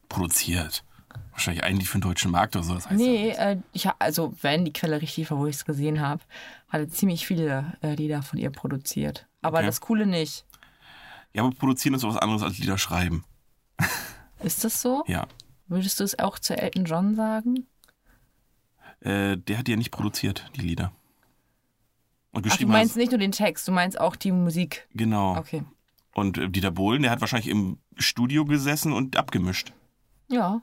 Produziert. Wahrscheinlich eigentlich für den deutschen Markt oder so. Das heißt Nee, äh, ich, ha- also wenn die Quelle richtig war, wo ich es gesehen habe, hatte ziemlich viele äh, Lieder von ihr produziert. Aber Okay. das Coole nicht. Ja, aber produzieren ist sowas anderes als Lieder schreiben. Ist das so? Ja. Würdest du es auch zu Elton John sagen? Äh, der hat die ja nicht produziert, die Lieder. Und Ach, du geschrieben meinst hat. nicht nur den Text, du meinst auch die Musik. Genau. Okay. Und äh, Dieter Bohlen, der hat wahrscheinlich im Studio gesessen und abgemischt. Ja.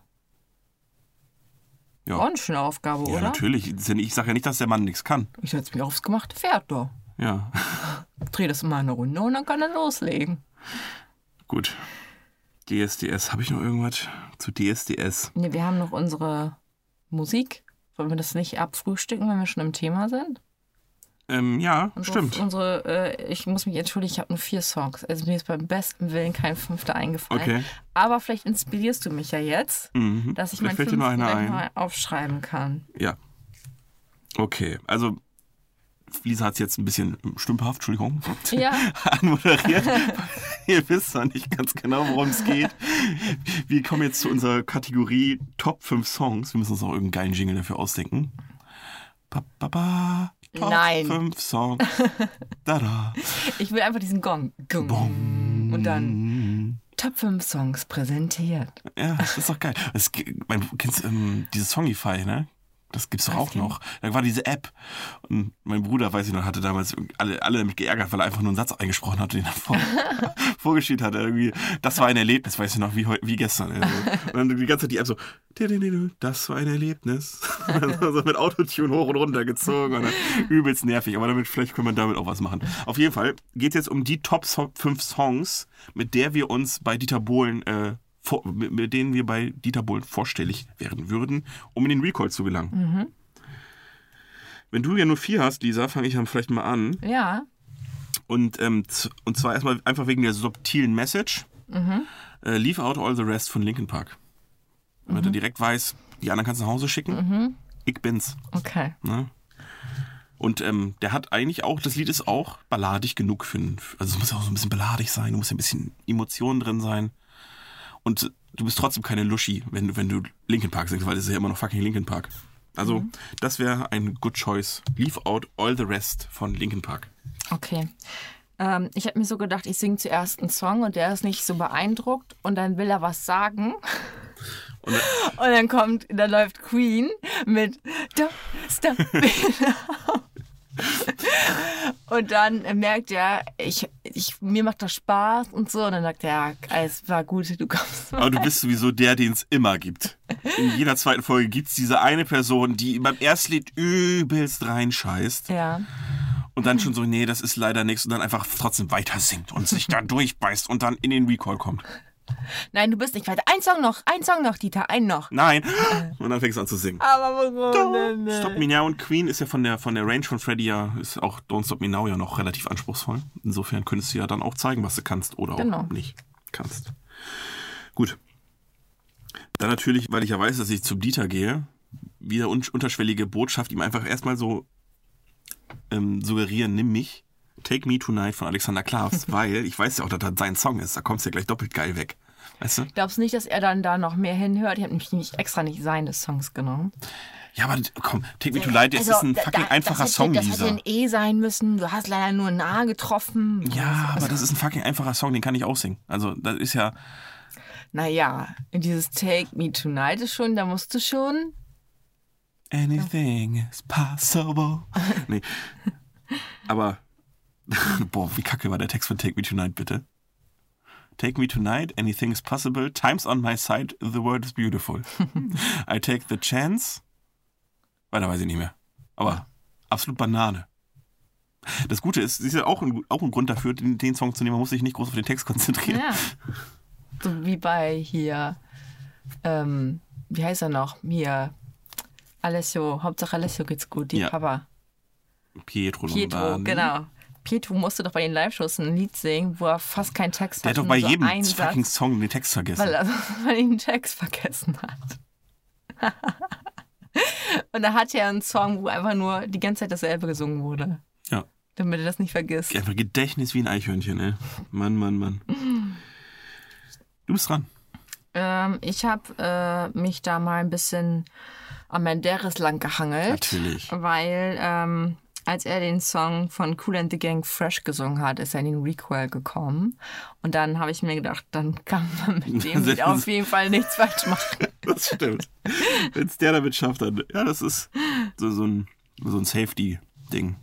Ja. Auch eine schöne Aufgabe, Ja, oder? natürlich. Das ist ja nicht- Ich sage ja nicht, dass der Mann nichts kann. Ich setze mich aufs gemachte Pferd da. Ja. (laughs) Dreh das mal eine Runde und dann kann er loslegen. Gut. DSDS. Habe ich noch irgendwas zu DSDS? Nee, wir haben noch unsere Musik. Wollen wir das nicht abfrühstücken, wenn wir schon im Thema sind? Ähm, ja, Unsere- stimmt. Unsere, äh, ich muss mich entschuldigen, ich habe nur vier Songs. Also mir ist beim besten Willen kein fünfter eingefallen. Okay. Aber vielleicht inspirierst du mich ja jetzt, Mhm. dass ich meinen Vielleicht fällt dir fünften noch einer gleich ein. mal aufschreiben kann. Ja. Okay, also Lisa hat es jetzt ein bisschen stümperhaft, Entschuldigung, Ja. (laughs) anmoderiert. Ihr wisst noch nicht ganz genau, worum es geht. Wir kommen jetzt zu unserer Kategorie Top 5 Songs. Wir müssen uns noch irgendeinen geilen Jingle dafür ausdenken. Ba, ba, ba, Top Nein. 5 Songs. Da, da. (laughs) Ich will einfach diesen Gong. Gong. Und dann Top 5 Songs präsentiert. Ja, das ist doch geil. Es, g- mein, kennst du ähm, dieses Songify, ne? Das gibt's doch auch noch. Da war diese App. Und mein Bruder, weiß ich noch, hatte damals alle, alle damit geärgert, weil er einfach nur einen Satz eingesprochen hat, den er vor, vorgeschieht hat. Irgendwie. Das war ein Erlebnis, weiß ich noch, wie, heu- wie gestern. Also. Und dann die ganze Zeit die App so, "Tididididü, das war ein Erlebnis. (laughs) so mit Autotune hoch und runter gezogen. Und dann, übelst nervig, aber damit vielleicht kann man damit auch was machen. Auf jeden Fall geht's jetzt um die Top 5 Songs, mit der wir uns bei Dieter Bohlen äh, vor, mit, mit denen wir bei Dieter Bohlen vorstellig werden würden, um in den Recall zu gelangen. Wenn du ja nur vier hast, Lisa, fange ich dann vielleicht mal an. Ja. Und, ähm, z- und zwar erstmal einfach wegen der subtilen Message. Äh, Leave out all the rest von Linkin Park. Damit er direkt weiß, die anderen kannst du nach Hause schicken. Ich bin's. Okay. Ne? Und ähm, der hat eigentlich auch, das Lied ist auch balladig genug für einen, also es muss ja auch so ein bisschen balladig sein, du musst ein bisschen Emotionen drin sein. Und du bist trotzdem keine Luschi, wenn, du- wenn du Linkin Park singst, weil das ist ja immer noch fucking Linkin Park. Also, das wäre ein good choice. Leave out all the rest von Linkin Park. Okay. Ähm, ich habe mir so gedacht, ich singe zuerst einen Song und der ist nicht so beeindruckt und dann will er was sagen. Und, Und dann kommt, dann läuft Queen mit Don't Stop Me Now. Und dann merkt er, ich, ich, mir macht das Spaß und so. Und dann sagt er, ja, es war gut, du kommst. aber du bist sowieso der, den es immer gibt. In jeder zweiten Folge gibt es diese eine Person, die beim Erstlied übelst reinscheißt. Ja. Und dann schon so, nee, das ist leider nichts. Und dann einfach trotzdem weiter singt und sich da durchbeißt und dann in den Recall kommt. Nein, du bist nicht weiter. Ein Song noch, ein Song noch, Dieter, ein noch. Nein. Und dann fängst du an zu singen. Aber warum denn nicht? Stop Me Now und Queen ist ja von der, von der Range von Freddy ja, ist auch Don't Stop Me Now ja noch relativ anspruchsvoll. Insofern könntest du ja dann auch zeigen, was du kannst oder auch Genau. nicht kannst. Gut. Dann natürlich, weil ich ja weiß, dass ich zum Dieter gehe, wieder un unterschwellige Botschaft ihm einfach erstmal so ähm, suggerieren, nimm mich, Take Me Tonight von (laughs) Alexander Klaas, weil ich weiß ja auch, dass das sein Song ist, da kommst du ja gleich doppelt geil weg. Weißt du? Glaubst du nicht, dass er dann da noch mehr hinhört? Ich habe nämlich nicht extra nicht seine Songs genommen. Ja, aber komm, Take Me Tonight, das Also, ist ein da- fucking da- einfacher das hätte, Song, Das Lisa. hätte ein E sein müssen. Du hast leider nur ein A getroffen. Also, Ja, aber das ist ein fucking einfacher Song, den kann ich auch singen. Also, das ist ja. Naja, dieses Take Me Tonight ist schon, da musst du schon. Anything is possible. Nee. Aber. (laughs) Boah, wie kacke war der Text von Take Me Tonight, bitte? Take me tonight, anything is possible. Time's on my side, the world is beautiful. I take the chance. Weiter weiß ich nicht mehr. Aber absolut Banane. Das Gute ist, das ist ja auch ein, auch ein Grund dafür, den, den Song zu nehmen. Man muss sich nicht groß auf den Text konzentrieren. Ja. So wie bei hier, ähm, wie heißt er noch? Hier, Alessio, Hauptsache Alessio geht's gut, die Ja. Papa. Pietro Pietro, Lombardi. genau. Pietro musste doch bei den Live-Shows ein Lied singen, wo er fast keinen Text Der hat hatte, doch bei nur so jedem einen Satz, fucking Song den Text vergessen. Weil er (laughs) weil er den Text vergessen hat. (laughs) Und da hatte er einen Song, wo einfach nur die ganze Zeit dasselbe gesungen wurde, Ja. damit er das nicht vergisst. Einfach Gedächtnis wie ein Eichhörnchen, ey. Mann, Mann, Mann. Du bist dran. (laughs) Ähm, ich habe äh, mich da mal ein bisschen am Menderes lang gehangelt. Natürlich. Weil ähm, als er den Song von Cool and the Gang Fresh gesungen hat, ist er in den Recoil gekommen. Und dann habe ich mir gedacht, dann kann man (laughs) mit dem Lied auf jeden Fall nichts falsch machen. Das stimmt. Wenn es der damit schafft, dann. Ja, das ist so, so ein, so ein Safety-Ding.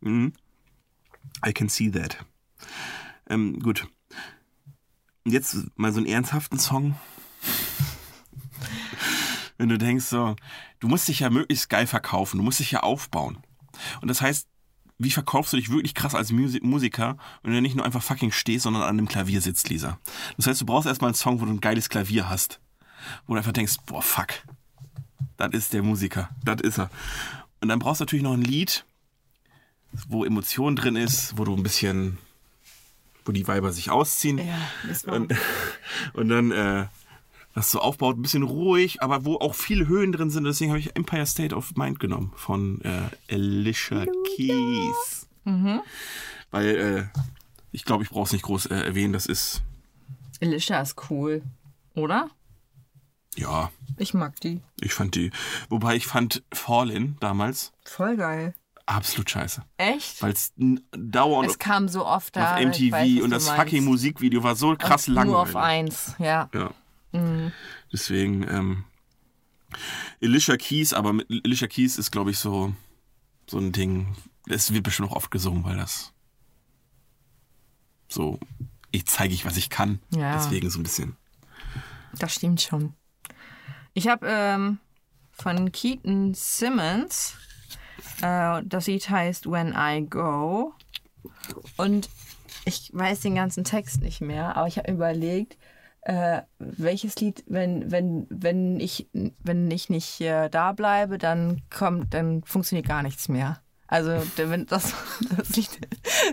Mhm. I can see that. Ähm, gut. Und Jetzt mal so einen ernsthaften Song. Wenn du denkst, so, du musst dich ja möglichst geil verkaufen, du musst dich ja aufbauen. Und das heißt, wie verkaufst du dich wirklich krass als Musi- Musiker, wenn du nicht nur einfach fucking stehst, sondern an einem Klavier sitzt, Lisa? Das heißt, du brauchst erstmal einen Song, wo du ein geiles Klavier hast. Wo du einfach denkst, boah, fuck. Das ist der Musiker. Das ist er. Und dann brauchst du natürlich noch ein Lied, wo Emotion drin ist, wo du ein bisschen, wo die Weiber sich ausziehen. ist wahr. Und, (laughs) und dann äh, das so aufbaut, ein bisschen ruhig, aber wo auch viele Höhen drin sind. Deswegen habe ich Empire State of Mind genommen von äh, Alicia Keys. Mhm. Weil äh, ich glaube, ich brauche es nicht groß äh, erwähnen. Das ist, Alicia ist cool, oder? ja, Ich mag die. ich fand die. Wobei ich fand Fallin damals Voll geil. absolut scheiße. Echt? Weil es n- dauernd Es kam so oft da. auf ich MTV weiß, was und du das meinst. fucking Musikvideo war so krass langweilig. Nur auf eins, ja. Ja. Mhm. Deswegen, ähm, Alicia Keys, aber mit Alicia Keys ist, glaube ich, so, so ein Ding. Es wird bestimmt auch oft gesungen, weil das so, ich zeige ich, was ich kann. Ja. Deswegen so ein bisschen. Das stimmt schon. Ich habe ähm, von Keaton Simmons, äh, das Lied heißt When I Go. Und ich weiß den ganzen Text nicht mehr, aber ich habe überlegt, äh, welches Lied, wenn, wenn, wenn, ich, wenn ich nicht äh, da bleibe, dann kommt, dann funktioniert gar nichts mehr. Also der- wenn das, (laughs) das Lied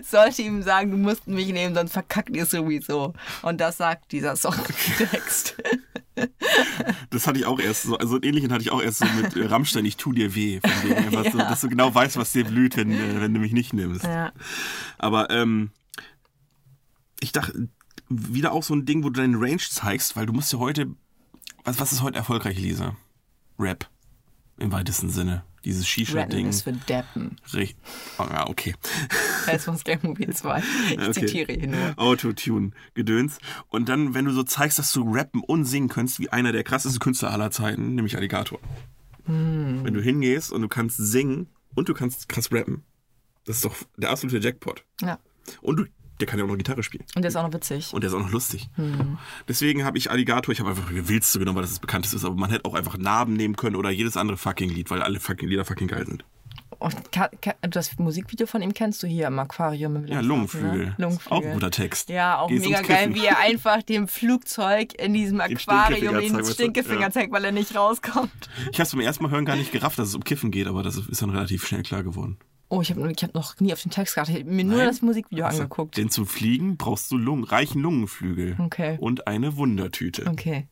sollte ihm sagen, du musst mich nehmen, sonst verkackt ihr sowieso. Und das sagt dieser Songtext. Das hatte ich auch erst so, also einen ähnlichen hatte ich auch erst so (laughs) mit äh, Rammstein, ich tu dir weh. Von wegen einfach so, dass du genau weißt, was dir blüht, wenn, äh, wenn du mich nicht nimmst. Ja. Aber ähm, ich dachte, wieder auch so ein Ding, wo du deine Range zeigst, weil du musst ja heute. Was, was ist heute erfolgreich, Lisa? Rap. Im weitesten Sinne. Dieses Rappen Shisha-Ding. ist für Deppen. Rech- Oh, ja, okay. Das war Scary Movie 2. (laughs) Ich Okay. zitiere hier nur. Autotune, Gedöns. Und dann, wenn du so zeigst, dass du rappen und singen kannst, wie einer der krassesten Künstler aller Zeiten, nämlich Alligator. Hm. Wenn du hingehst und du kannst singen und du kannst krass rappen, das ist doch der absolute Jackpot. Ja. Und du, der kann ja auch noch Gitarre spielen. Und der ist auch noch witzig. Und der ist auch noch lustig. Mhm. Deswegen habe ich Alligator, ich habe einfach Wilz genommen, weil das das bekannteste ist, aber man hätte auch einfach Narben nehmen können oder jedes andere fucking Lied, weil alle fucking Lieder fucking geil sind. Und Ka- Ka- das Musikvideo von ihm kennst du hier im Aquarium. Im Ja, Ludwigshafen, Lungenflügel. ne? Lungenflügel. Auch ein guter Text. Ja, auch Geht's mega ums geil, Kiffen. wie er einfach dem Flugzeug in diesem Den Aquarium Stinkefinger den zeigt, Stinkefinger ja. zeigt, weil er nicht rauskommt. Ich habe es beim ersten Mal hören gar nicht gerafft, dass es um Kiffen geht, aber das ist dann relativ schnell klar geworden. Oh, ich habe ich hab noch nie auf den Text geachtet. Ich habe mir nur Nein? das Musikvideo Also, angeguckt. Denn zum Fliegen brauchst du Lungen, reichen Lungenflügel Okay. und eine Wundertüte. Okay.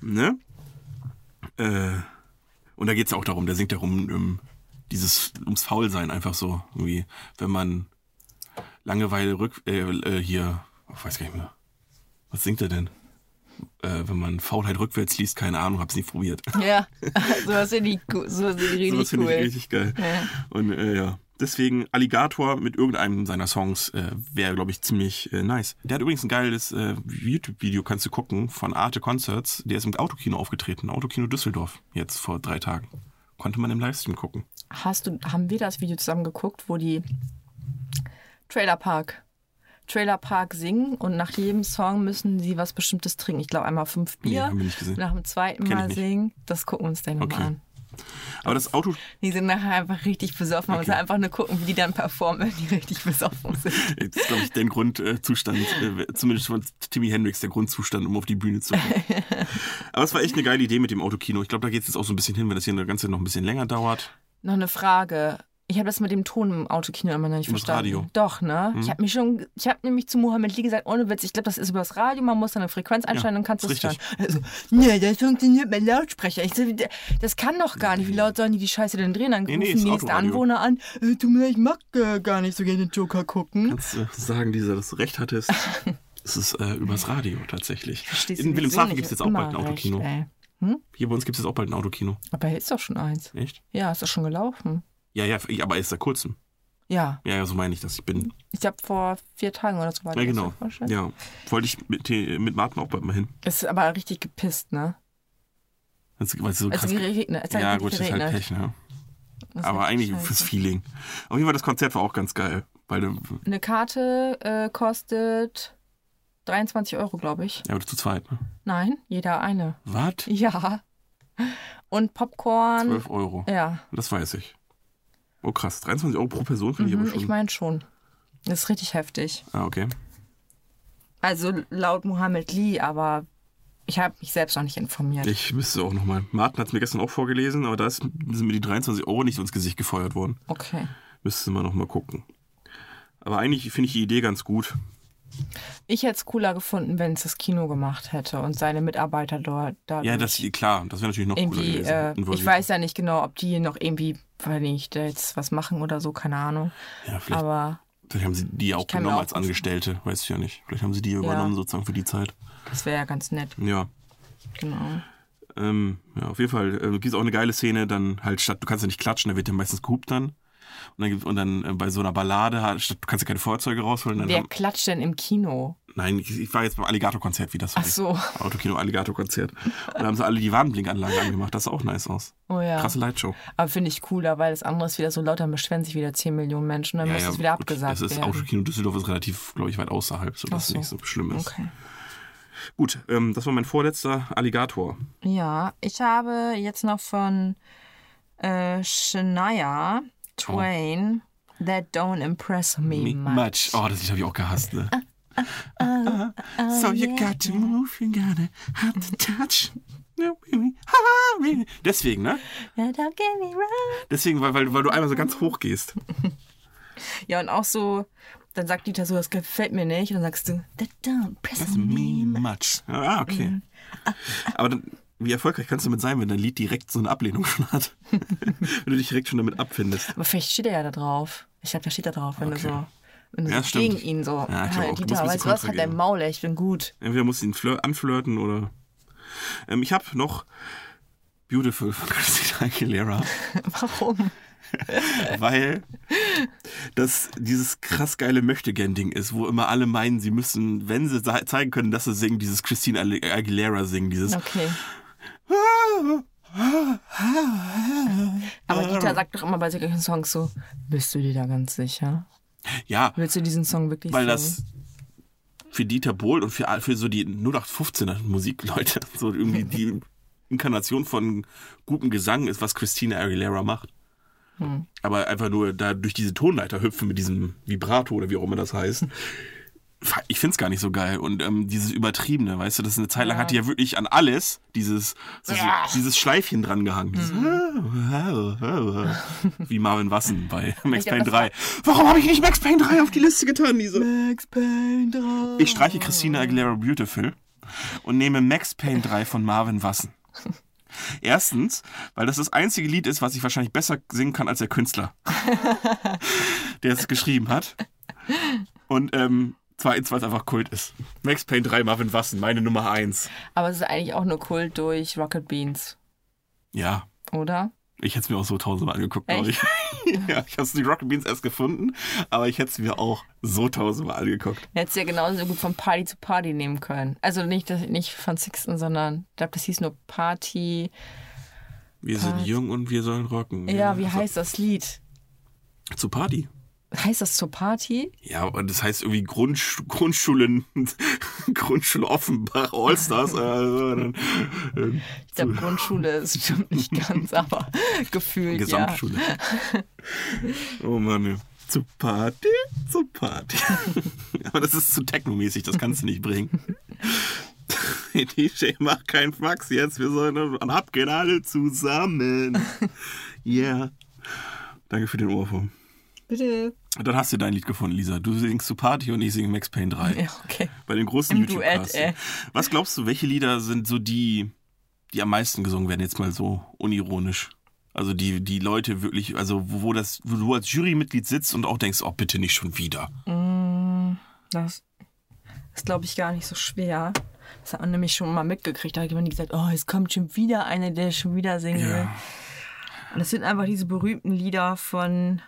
Ne? Äh, und da geht es auch darum, der singt darum, um, dieses, ums Faulsein einfach so. Irgendwie, wenn man Langeweile rück, äh, äh, hier, ich weiß gar nicht mehr. Was singt er denn? Äh, wenn man Faulheit rückwärts liest, keine Ahnung, hab's nie probiert. (laughs) (laughs) Ja, sowas finde ich, gu- sowas finde ich Sowas richtig finde ich cool. richtig geil. Ja. Und äh, ja. Deswegen Alligator mit irgendeinem seiner Songs äh, wäre, glaube ich, ziemlich äh, nice. Der hat übrigens ein geiles äh, YouTube-Video, kannst du gucken, von Arte Concerts. Der ist im Autokino aufgetreten, Autokino Düsseldorf, jetzt vor drei Tagen. Konnte man im Livestream gucken. Hast du, haben wir das Video zusammen geguckt, wo die Trailer Park, Trailer Park singen und nach jedem Song müssen sie was Bestimmtes trinken. Ich glaube einmal fünf Nee, Bier. haben wir nicht gesehen. Nach dem zweiten Kenn ich Mal nicht. singen. Das gucken wir uns dann Okay. nochmal an. Aber das Auto, Die sind nachher einfach richtig besoffen. Man muss Okay. einfach nur gucken, wie die dann performen, wenn die richtig besoffen sind. äh, das ist, glaube ich, der Grundzustand, äh, zumindest von Timmy Hendrix, der Grundzustand, um auf die Bühne zu kommen. (laughs) Aber es war echt eine geile Idee mit dem Autokino. Ich glaube, da geht es jetzt auch so ein bisschen hin, wenn das hier das Ganze noch ein bisschen länger dauert. Noch eine Frage. Ich habe das mit dem Ton im Autokino immer noch nicht Übers verstanden. Radio. Mhm. Doch, ne? Ich habe mich schon, ich habe nämlich zu Mohammed Lee gesagt, ohne Witz, ich glaube, das ist übers Radio, man muss dann eine Frequenz einstellen, dann kannst du es ist hören. richtig. Also, nee, das funktioniert mit Lautsprecher. Ich so, das kann doch gar nicht. Wie laut sollen die die Scheiße denn drehen? Dann Nee, rufen nee, die ist nächsten Autoradio. Anwohner an, äh, tut mir leid, ich mag äh, gar nicht so gerne Joker gucken. (laughs) Kannst du sagen, Lisa, dass du recht hattest? Es ist äh, übers Radio tatsächlich. Verstehst du In wieso Wilhelmshaven nicht? gibt es jetzt auch Immer bald ein recht, äh. Autokino. ey. Hier bei uns gibt es jetzt auch bald ein Autokino. Aber hier ist doch schon eins. Echt? Ja, ist doch schon gelaufen. Ja, ja, ich- aber erst seit kurzem. Ja, Ja, ja, so meine ich das. Ich bin. ich glaube vor vier Tagen oder so war Ja, die genau. erste Vorstellung. Ja. Wollte ich mit, die- mit Martin auch bald mal hin. Es ist aber richtig gepisst, ne? Das, weil es so Es krass ist geregnet. Es hat ja, richtig gut, Also ist halt geregnet. Pech, ne? halt Das ist Aber richtig eigentlich scheiße. fürs Feeling. Auf jeden Fall, das Konzert war auch ganz geil. Weil du, Eine Karte äh, kostet 23 Euro, glaube ich. ja, aber zu zweit, ne? Nein, jeder eine. (laughs) Was? Ja. Und Popcorn. 12 Euro. Ja, Das weiß ich. Oh krass, 23 Euro pro Person finde ich mhm, aber schon. ich meine schon. Das ist richtig heftig. ah, okay. Also laut Mohammed Lee, aber ich habe mich selbst noch nicht informiert. Ich müsste auch nochmal. Martin hat es mir gestern auch vorgelesen, aber da ist, sind mir die 23 Euro nicht ins Gesicht gefeuert worden. Okay. Müsste man nochmal gucken. Aber eigentlich finde ich die Idee ganz gut. Ich hätte es cooler gefunden, wenn es das Kino gemacht hätte und seine Mitarbeiter dort da Ja, das klar, das wäre natürlich noch cooler irgendwie, gewesen. äh, ich Involviert. weiß ja nicht genau, ob die noch irgendwie, weil ich da jetzt was machen oder so, keine Ahnung. Ja, vielleicht, Aber vielleicht haben sie die auch Ich kann mir genommen auch als Angestellte, weißt du ja nicht. Vielleicht haben sie die übernommen sozusagen für die Zeit. das wäre ja ganz nett, Ja. genau. Ähm, ja, auf jeden Fall äh, gibt es auch eine geile Szene, dann halt statt, du kannst ja nicht klatschen, da wird ja meistens gehupt dann. Und dann, gibt- und dann äh, bei so einer Ballade, halt, statt, du kannst ja keine Feuerzeuge rausholen. Dann Wer haben, klatscht denn im Kino? nein, ich, ich war jetzt beim Alligator-Konzert, wie das Ach so. Autokino-Alligator-Konzert. Und da haben sie alle die Warnblinkanlage angemacht, das sah auch nice aus. Oh ja. Krasse Lightshow. Aber finde ich cooler, weil das andere ist wieder so laut, dann beschweren sich wieder 10 Millionen Menschen, dann muss es wieder gut, abgesagt Das ist werden. Autokino Düsseldorf ist relativ, glaube ich, weit außerhalb, so Ach dass es so. nicht so schlimm ist. Okay. Gut, ähm, das war mein vorletzter Alligator. Ja, ich habe jetzt noch von äh, Oh. Shania Twain That Don't Impress Me, Much. Much. Oh, das Lied habe ich auch gehasst, ne? so you got to move, you gotta have (laughs) to touch. No, (laughs) baby. Ha, baby. Deswegen, ne? Yeah, don't get me wrong. Deswegen, weil, weil, weil du einmal so ganz hoch gehst. Ja, und auch so, dann sagt Dieter so, das gefällt mir nicht. Und dann sagst du, That Don't Impress Me. much. much. Ah, okay. Aber dann, wie erfolgreich kannst du damit sein, wenn dein Lied direkt so eine Ablehnung schon hat? wenn du dich direkt schon damit abfindest. Aber vielleicht steht er ja da drauf. Ich glaube, da steht da drauf, wenn Okay. du so, wenn du Ja, so stimmt. gegen ihn so, Ja, ich glaub auch, du musst Dieter, ein weißt bisschen du was, Kontra hat dein geben. Maul, ey, ich bin gut. (laughs) Entweder musst du ihn flir anflirten oder. Ähm, ich habe noch Beautiful von Christina Aguilera. Warum? weil das dieses krass geile Möchtegern-Ding ist, wo immer alle meinen, sie müssen, wenn sie ze- zeigen können, dass sie singen, dieses Christine Agu- Aguilera singen, dieses. Ah, Okay. Aber Dieter sagt doch immer bei solchen Songs so, bist du dir da ganz sicher? Ja, Willst du diesen Song wirklich weil singen? das für Dieter Bohl und für, all- für so die 0815er Musikleute, (laughs) so irgendwie die Inkarnation von gutem Gesang ist, was Christina Aguilera macht. Aber einfach nur da durch diese Tonleiter hüpfen mit diesem Vibrato oder wie auch immer das heißt. Ich find's gar nicht so geil. Und ähm, dieses Übertriebene, weißt du, das ist eine Zeit lang hat die ja wirklich an alles dieses, dieses, dieses Schleifchen dran gehangen. Dieses, Mhm. (laughs) Wie Marvin Wassen bei Max glaub, Payne das 3. Warum habe ich nicht Max Payne 3 auf die Liste getan, diese? Max Payne 3. Ich streiche Christina Aguilera Beautiful und nehme Max Payne 3 von (laughs) Marvin Wassen. Erstens, weil das das einzige Lied ist, was ich wahrscheinlich besser singen kann als (laughs) der Künstler, der es geschrieben hat. Und ähm, zweitens, weil es einfach Kult ist. Max Payne 3, Marvin Wassen, meine Nummer 1. Aber es ist eigentlich auch nur Kult durch Rocket Beans, Ja, oder? ich hätte es mir auch so tausendmal angeguckt, glaube ich. Echt? (laughs) ja, ich habe die Rocket Beans erst gefunden, aber ich hätte es mir auch so tausendmal angeguckt. Hättest du ja genauso gut von Party zu Party nehmen können. Also nicht, das, nicht von Sixten, sondern ich glaube, das hieß nur Party. Wir sind jung und wir sollen rocken. Also Ja, wie heißt das Lied? Zu Party. Heißt das zur Party? Ja, und das heißt irgendwie Grundsch Grundschulen, (laughs) Grundschule Offenbach Allstars. Also, dann, ähm, Ich glaube, Grundschule ist bestimmt nicht ganz, (laughs) aber gefühlt Gesamtschule. Oh Mann, ey. zu Party, zu Party. (laughs) Aber das ist zu technomäßig, das kannst du nicht bringen. (laughs) DJ macht keinen Fax jetzt, wir sollen abgehen alle zusammen. Yeah. Danke für den Ohrwurm. ja. Bitte. Dann hast du dein Lied gefunden, Lisa. Du singst zu Party und ich singe Max Payne 3. (laughs) Ja, okay. Bei den großen Im YouTube-Casts. Duett, äh. ey. Was glaubst du, welche Lieder sind so die, die am meisten gesungen werden, jetzt mal so unironisch? Also die, die Leute wirklich, also wo, wo, das, wo du als Jurymitglied sitzt und auch denkst, oh bitte nicht schon wieder. Hm, Das Ist, glaube ich, gar nicht so schwer. Das hat man nämlich schon mal mitgekriegt. Da hat jemand gesagt, oh, es kommt schon wieder einer, der schon wieder singen will. Ja. Und das sind einfach diese berühmten Lieder von.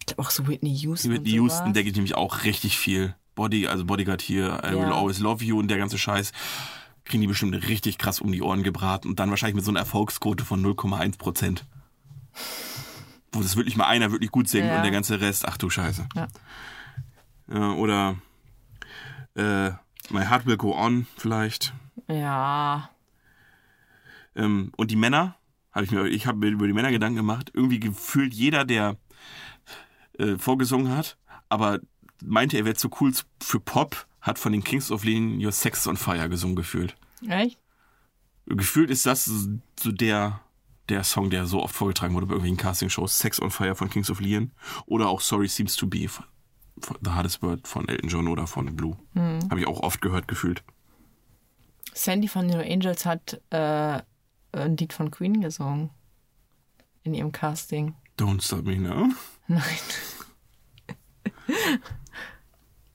Ich glaube auch so Whitney Houston. Mit und Houston sowas. denke ich nämlich auch richtig viel. Body, also Bodyguard hier, I will Ja. always love you und der ganze Scheiß. Kriegen die bestimmt richtig krass um die Ohren gebraten und dann wahrscheinlich mit so einer Erfolgsquote von 0,1 Prozent. Wo das wirklich mal einer wirklich gut singt Ja. und der ganze Rest, ach du Scheiße. Ja. Ja, oder äh, My Heart Will Go On vielleicht. Ja. Ähm, und die Männer, habe ich mir, ich habe mir über die Männer Gedanken gemacht. Irgendwie gefühlt jeder, der äh, vorgesungen hat, aber meinte, er wäre zu cool für Pop, hat von den Kings of Leon Your Sex on Fire gesungen gefühlt. Echt? Gefühlt ist das so der, der Song, der so oft vorgetragen wurde bei irgendwelchen Castingshows. Sex on Fire von Kings of Leon oder auch Sorry Seems to Be von von The Hardest Word von Elton John oder von Blue. Habe ich auch oft gehört gefühlt. Sandy von den Angels hat äh, ein Lied von Queen gesungen. In ihrem Casting. (laughs) Don't stop me now. Nein.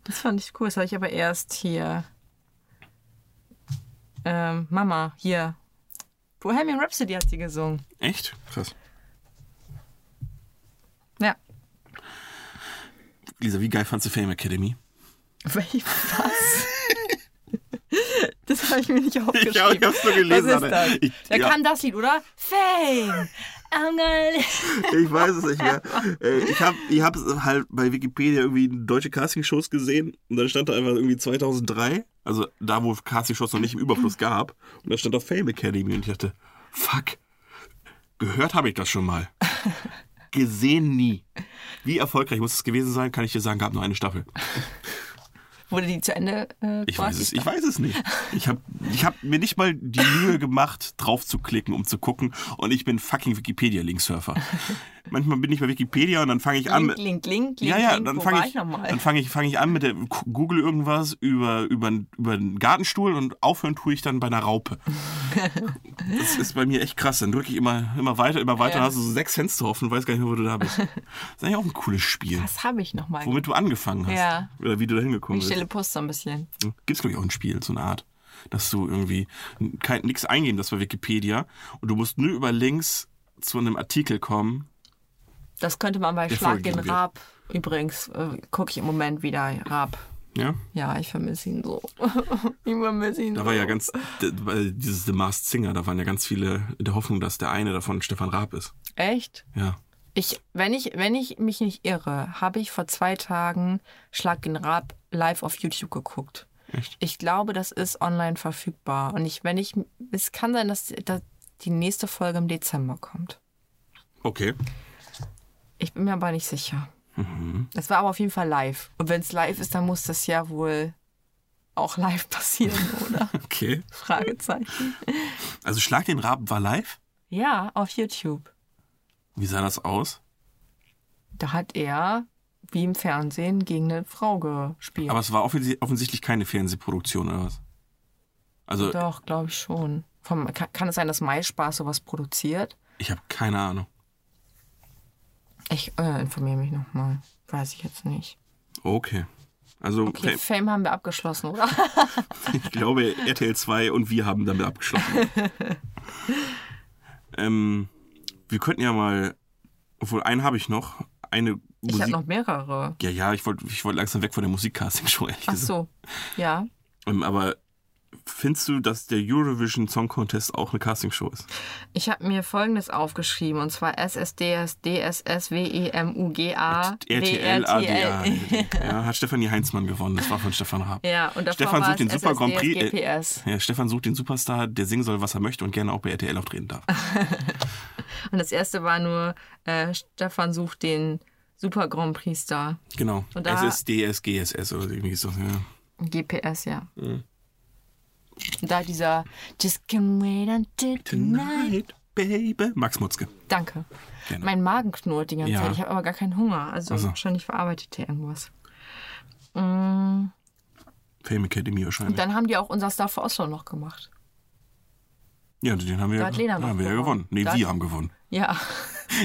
Das fand ich cool. Das habe ich aber erst hier. Ähm, Mama, hier. Bohemian Rhapsody hat sie gesungen. Echt? Krass. Ja. Lisa, wie geil fandst du Fame Academy? Welch was? (laughs) das habe ich mir nicht aufgeschrieben. Ja, (laughs) ich hab's nur gelesen, Was Anne. ist das? Ich- da ja. kam das Lied, oder? Fame! I'm gonna... (laughs) Ich weiß es (laughs) nicht mehr. Äh, Ich habe ich hab's halt bei Wikipedia irgendwie deutsche Castingshows gesehen und dann stand da einfach irgendwie 2003, also da, wo Castingshows noch nicht im Überfluss gab, und da stand da Fame Academy und ich dachte, fuck, gehört habe ich das (laughs) schon mal. Gesehen nie. Wie erfolgreich muss es gewesen sein, kann ich dir sagen, gab nur eine Staffel. Wurde die zu Ende äh, Ich quasi- weiß es, ich weiß es nicht. Ich habe ich hab mir nicht mal die Mühe gemacht, drauf zu klicken, um zu gucken. Und ich bin (laughs) fucking Wikipedia-Linksurfer. Manchmal bin ich bei Wikipedia und dann fange ich an. Link, mit- link, link, link, Ja, ja, link. dann Wo fange war ich, nochmal? dann fang ich, fang ich an mit der Google irgendwas über, über, über einen Gartenstuhl und aufhören tue ich dann bei einer Raupe. (laughs) Das ist bei mir echt krass. Dann drücke ich immer, immer weiter, immer Ja. weiter, dann hast du so sechs Fenster offen und weißt gar nicht mehr, wo du (laughs) da bist. Das ist eigentlich auch ein cooles Spiel. Was habe ich nochmal? Womit du angefangen hast. Ja. Oder wie du da hingekommen Ich bist. stelle Post so ein bisschen. Gibt es, glaube ich, auch ein Spiel, so eine Art, dass du irgendwie nichts eingeben darfst bei Wikipedia und du musst nur über Links zu einem Artikel kommen. Das könnte man bei Der Schlag den vorgegeben wird. Raab übrigens, äh, gucke ich im Moment wieder Raab. Ja, Ja, ich vermisse ihn so. (laughs) ich vermisse ihn da so. war ja ganz, d- weil dieses The Masked Singer, da waren ja ganz viele in der Hoffnung, dass der eine davon Stefan Raab ist. Echt? Ja. Ich, wenn, ich, wenn ich mich nicht irre, habe ich vor zwei Tagen Schlag den Raab live auf YouTube geguckt. Echt? Ich glaube, das ist online verfügbar. Und ich, wenn ich, es kann sein, dass, dass die nächste Folge im Dezember kommt. Okay. Ich bin mir aber nicht sicher. Mhm. Das war aber auf jeden Fall live. Und wenn es live ist, dann muss das ja wohl auch live (laughs) passieren, (laughs) oder? (laughs) Okay. Fragezeichen. Also Schlag den Raab war live. Ja, auf YouTube. Wie sah das aus? Da hat er, wie im Fernsehen, gegen eine Frau gespielt. Aber es war offensi offensichtlich keine Fernsehproduktion oder was? Also, Doch, glaube ich schon. Vom, kann, kann es sein, dass MySpaß sowas produziert? ich habe keine Ahnung. Ich äh, informiere mich nochmal. Weiß ich jetzt nicht. Okay. Also, Okay, Fame haben wir abgeschlossen, oder? Ich glaube, RTL 2 und wir haben (laughs) damit abgeschlossen. ähm, wir könnten ja mal, obwohl einen habe ich noch, eine Ich habe Musik. noch mehrere. Ja, ja, ich wollte ich wollt langsam weg von der Musikcasting-Show, ehrlich Ach gesagt. so. Ja. Ähm, aber findest du, dass der Eurovision Song Contest auch eine Castingshow ist? Ich habe mir folgendes aufgeschrieben und zwar SSDS E DSSWEMUGA RTL, ADA. (laughs) ja, hat Stefanie Heinzmann gewonnen. Das war von Stefan Raab. Ja, und davor Stefan war sucht den es Super Grand Prix. SSDS, äh, GPS. Ja, Stefan sucht den Superstar, der singen soll, was er möchte und gerne auch bei RTL auftreten darf. Und das erste war nur äh, Stefan sucht den Super Grand Prix Star. Genau. Und da- SSDS, GSS oder irgendwie so. Ja. GPS, ja. Mhm. Und da dieser Just can wait until tonight. baby. Max Mutzke. Danke. Gerne. Mein Magen knurrt die ganze Ja. Zeit. Ich habe aber gar keinen Hunger. Also Ach so. wahrscheinlich verarbeitet hier irgendwas. Mm, Fame Academy wahrscheinlich. Dann haben die auch unser Star for Oslo noch gemacht. ja, den haben wir, da hat Lena noch haben wir ja gewonnen. gewonnen. Nee, Da hat- wir haben gewonnen. Ja.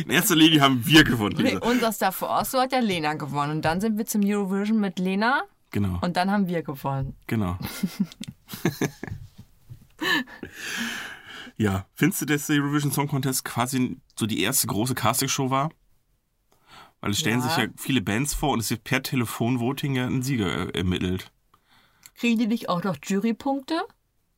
In erster Linie haben wir gewonnen, Nee, Lisa. unser Star for Oslo hat ja Lena gewonnen. Und dann sind wir zum Eurovision mit Lena Genau, und dann haben wir gewonnen. genau. ja, findest du, dass der Eurovision Song Contest quasi so die erste große Castingshow war? Weil es stellen Ja. sich ja viele Bands vor und es wird per Telefonvoting ja ein Sieger äh, ermittelt. Kriegen die nicht auch noch Jurypunkte?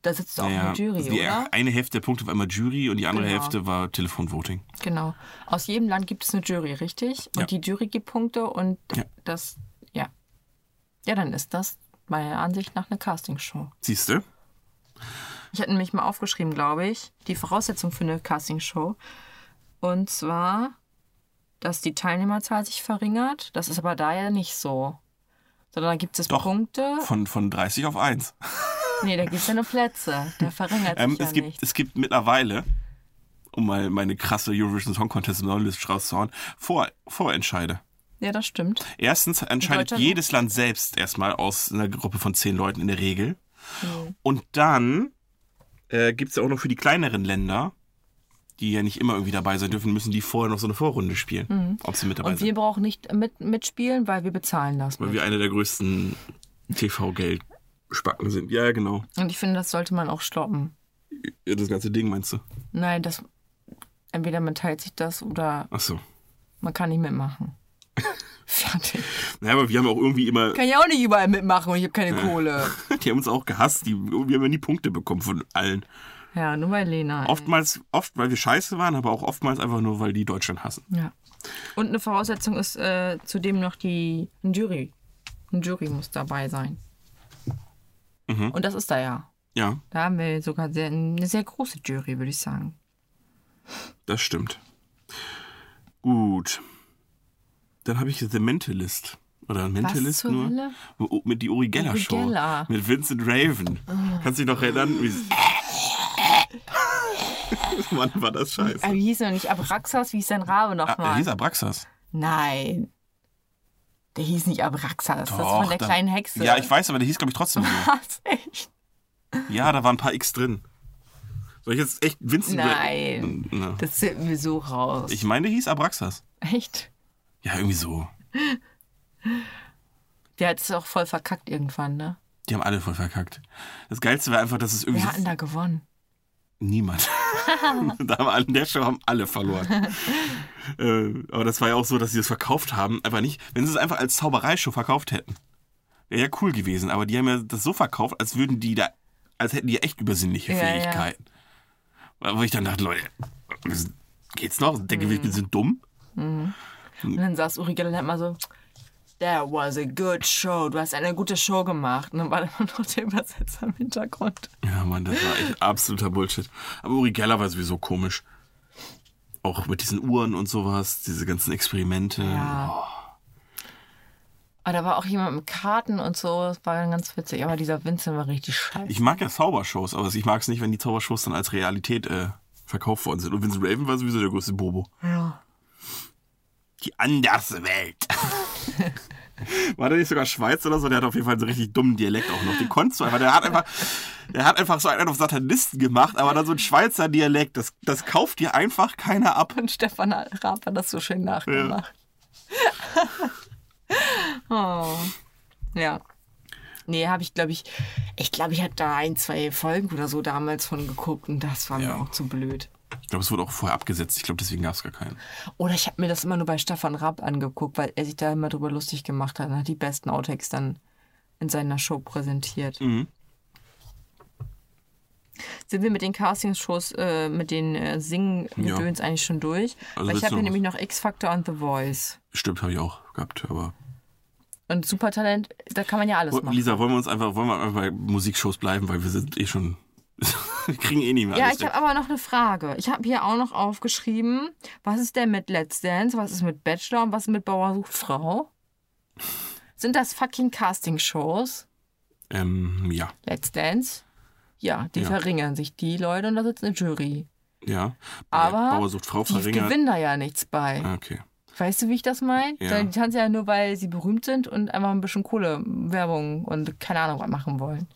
Da sitzt auch Naja, eine Jury, also die oder? eine Hälfte der Punkte war immer Jury und die andere Genau. Hälfte war Telefonvoting. Genau. Aus jedem Land gibt es eine Jury, richtig? Und die Ja. Jury gibt Punkte und Ja. das, ja. Ja, dann ist das meiner Ansicht nach eine Castingshow. Siehst du? Ich hatte nämlich mal aufgeschrieben, glaube ich, die Voraussetzung für eine Castingshow. Und zwar, dass die Teilnehmerzahl sich verringert. Das ist aber da ja nicht so. Sondern da gibt es Doch. Punkte. Von, von 30 auf 1. Nee, da gibt es ja nur Plätze. Da verringert sich Ähm, ja es, gibt, nichts. es gibt mittlerweile, um mal meine krasse Eurovision Song Contest Knowledge rauszuhauen, Vor, Vorentscheide. Ja, das stimmt. Erstens entscheidet Deutschland- jedes Land selbst erstmal aus einer Gruppe von zehn Leuten in der Regel. Mhm. Und dann äh, gibt es ja auch noch für die kleineren Länder, die ja nicht immer irgendwie dabei sein dürfen, müssen die vorher noch so eine Vorrunde spielen, ob sie mit dabei Mhm. Und sind. wir brauchen nicht mit, mitspielen, weil wir bezahlen das. Also Weil mit. wir einer der größten TV-Geldspacken sind. Ja, genau. Und ich finde, das sollte man auch stoppen. Das ganze Ding meinst du? Nein, das entweder man teilt sich das oder Ach so. man kann nicht mitmachen. (laughs) Fertig. Naja, aber wir haben auch irgendwie immer Kann ja auch nicht überall mitmachen und ich habe keine Kohle. (laughs) Die haben uns auch gehasst. Die, wir haben ja nie Punkte bekommen von allen. Ja, nur bei Lena. ey. Oftmals, oft, weil wir scheiße waren, aber auch oftmals einfach nur, weil die Deutschland hassen. Ja. Und eine Voraussetzung ist äh, zudem noch die ein Jury. Ein Jury muss dabei sein. Mhm. Und das ist da ja. Ja, Da haben wir sogar sehr, eine sehr große Jury, würde ich sagen. das stimmt. Gut. Dann habe ich The Mentalist. Oder Mentalist zur nur. Hölle? Wo- oh, Mit die Uri Geller Uri Show. Geller. Mit Vincent Raven. Kannst du dich noch erinnern? Wie (laughs) Mann, war das scheiße. Aber Ah, wie hieß er nicht? Abraxas, wie hieß sein Rabe Ah, nochmal? Lisa Braxas. Nein. Der hieß nicht Abraxas. das ist Doch, von der dann- kleinen Hexe. Ja, ich weiß, aber der hieß, glaube ich, trotzdem so. Was? (laughs) Echt? Ja, da waren ein paar X drin. Soll ich jetzt echt Vincent Ra- Nein. Na. Das sind wir so raus. ne. Ich meine, der hieß Abraxas. Echt? Ja, irgendwie so. Der hat es auch voll verkackt irgendwann, ne? Die haben alle voll verkackt. Das Geilste war einfach, dass es irgendwie Wer so hat denn da gewonnen? (laughs) niemand. (laughs) da haben alle, in der Show haben alle verloren. äh, aber das war ja auch so, dass sie es verkauft haben. Einfach nicht, wenn sie es einfach als Zaubereishow verkauft hätten. Wäre ja cool gewesen. Aber die haben ja das so verkauft, als würden die da, als hätten die echt übersinnliche Ja, ja. Fähigkeiten. Wo ich dann dachte, Leute, geht's noch? Denke Hm. wir sind dumm? Und dann saß Uri Geller und hat mal so, That was a good show. Du hast eine gute Show gemacht. Und dann war da (laughs) noch der Übersetzer im Hintergrund. Ja, Mann, das war echt absoluter Bullshit. Aber Uri Geller war sowieso komisch. Auch mit diesen Uhren und sowas, diese ganzen Experimente. Ja. Aber da war auch jemand mit Karten und so. Das war dann ganz witzig. Aber dieser Vincent war richtig scheiße. Ich mag ja Zaubershows, aber ich mag es nicht, wenn die Zaubershows dann als Realität äh, verkauft worden sind. Und Vincent Raven war sowieso der größte Bobo. Ja. Die andere Welt. War der nicht sogar Schweiz oder so? Der hat auf jeden Fall so einen richtig dummen Dialekt auch noch. Den konntest du einfach. Der hat einfach, der hat einfach so einen auf Satanisten gemacht, aber dann so einen Schweizer Dialekt. Das, das kauft dir einfach keiner ab. Und Stefan Raab hat das so schön nachgemacht. (laughs) oh. Ja. Nee, habe ich, glaube ich, ich glaube, ich hatte da ein, zwei Folgen oder so damals von geguckt und das war Ja. mir auch zu blöd. Ich glaube, es wurde auch vorher abgesetzt. Ich glaube, deswegen gab es gar keinen. Oder ich habe mir das immer nur bei Stefan Raab angeguckt, weil er sich da immer drüber lustig gemacht hat und hat die besten Outtakes dann in seiner Show präsentiert. Mhm. Sind wir mit den Castingshows, äh, mit den äh, Singen-Gedöns eigentlich schon durch? weil Also willst ich du habe hier noch was? nämlich noch X-Factor und The Voice. Stimmt, habe ich auch gehabt, aber. Und Supertalent, da kann man ja alles machen. Oh, Lisa, wollen wir uns einfach, wollen wir einfach bei Musikshows bleiben, weil wir sind eh schon. (laughs) wir kriegen eh nicht mehr Ja, alles ich habe weg. aber noch eine Frage. Ich habe hier auch noch aufgeschrieben, was ist denn mit Let's Dance, was ist mit Bachelor und was ist mit Bauer sucht Frau? Sind das fucking Casting-Shows? Ähm, ja. Let's Dance? Ja, die Ja. verringern sich die Leute und da sitzt eine Jury. Ja. Aber Bauer sucht Frau Die verringert. gewinnen da ja nichts bei. Ah, Okay. Weißt du, wie ich das meine? Ja. Die tanzen ja nur, weil sie berühmt sind und einfach ein bisschen Kohle, Werbung und keine Ahnung was machen wollen.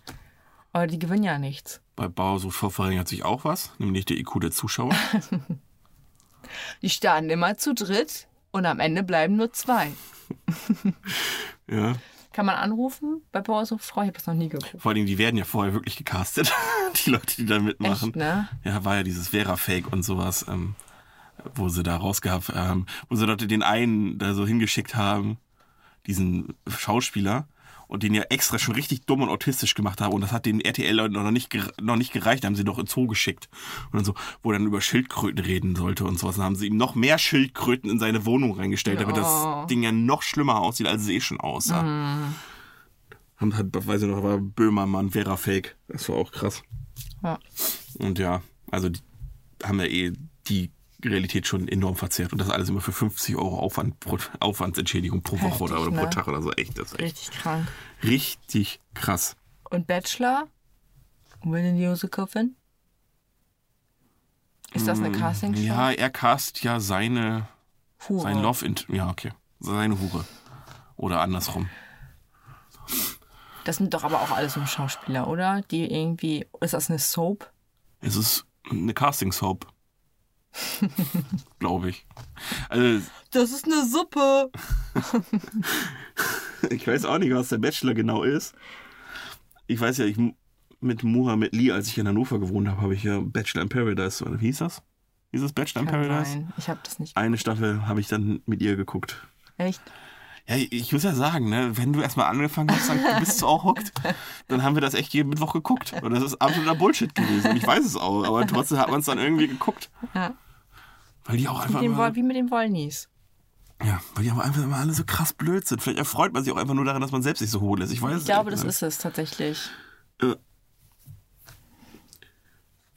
Aber die gewinnen ja nichts. (laughs) Bei Bauer sucht Frau verringert sich auch was, nämlich der IQ der Zuschauer. Die starten immer zu dritt und am Ende bleiben nur zwei. Ja. Kann man anrufen bei Bauersuchtfrau? Ich habe das noch nie geguckt. Vor allem, die werden ja vorher wirklich gecastet, (laughs) die Leute, die da mitmachen. Echt, ne? Ja, war ja dieses Vera-Fake und sowas, ähm, wo sie da rausgehabt haben, wo sie dort den einen da so hingeschickt haben, diesen Schauspieler, und den ja extra schon richtig dumm und autistisch gemacht haben. Und das hat den RTL-Leuten noch nicht, ger- noch nicht gereicht, haben sie doch ins Zoo geschickt. Und dann so, wo er dann über Schildkröten reden sollte und sowas. Dann haben sie ihm noch mehr Schildkröten in seine Wohnung reingestellt, damit Oh. das Ding ja noch schlimmer aussieht, als es eh schon aussah. Und hat, halt, weiß ich noch, war Böhmermann, Vera Fake. Das war auch krass. Ja. Und ja, also die haben ja eh die Realität schon enorm verzerrt. Und das alles immer für 50 Euro Aufwand pro, Aufwandsentschädigung pro Woche Heftig, oder, oder pro ne? Tag oder so. Echt, das ist echt Richtig krank. richtig krass. Und Bachelor? Winning the Use Coffin? Ist das eine Castingshow? Hm, Ja, er cast ja seine, Hure. sein Love in, ja, okay, seine Hure. Oder andersrum. Das sind doch aber auch alles nur Schauspieler, oder? Die irgendwie. Ist das eine Soap? Es ist (laughs) eine Casting-Soap. Glaube ich. Also, Das ist eine Suppe! ich weiß auch nicht, was der Bachelor genau ist. Ich weiß ja, ich mit Muhammad Lee, als ich in Hannover gewohnt habe, habe ich ja Bachelor in Paradise. Oder wie hieß das? Hieß es Bachelor in Kann Paradise? sein. Ich habe das nicht. Eine Staffel habe ich dann mit ihr geguckt. Echt? Ja, ich muss ja sagen, ne, wenn du erstmal angefangen hast, dann bist du auch hooked, dann haben wir das echt jeden Mittwoch geguckt. Und das ist absoluter Bullshit gewesen. Ich weiß es auch, aber trotzdem hat man es dann irgendwie geguckt. Ja. Weil die auch einfach Mit dem immer, Woll, wie mit den Wollnies. ja, weil die aber einfach immer alle so krass blöd sind. Vielleicht erfreut man sich auch einfach nur daran, dass man selbst nicht so hohl ist. Ich weiß es Ich glaube, das nicht. ist es tatsächlich. Äh.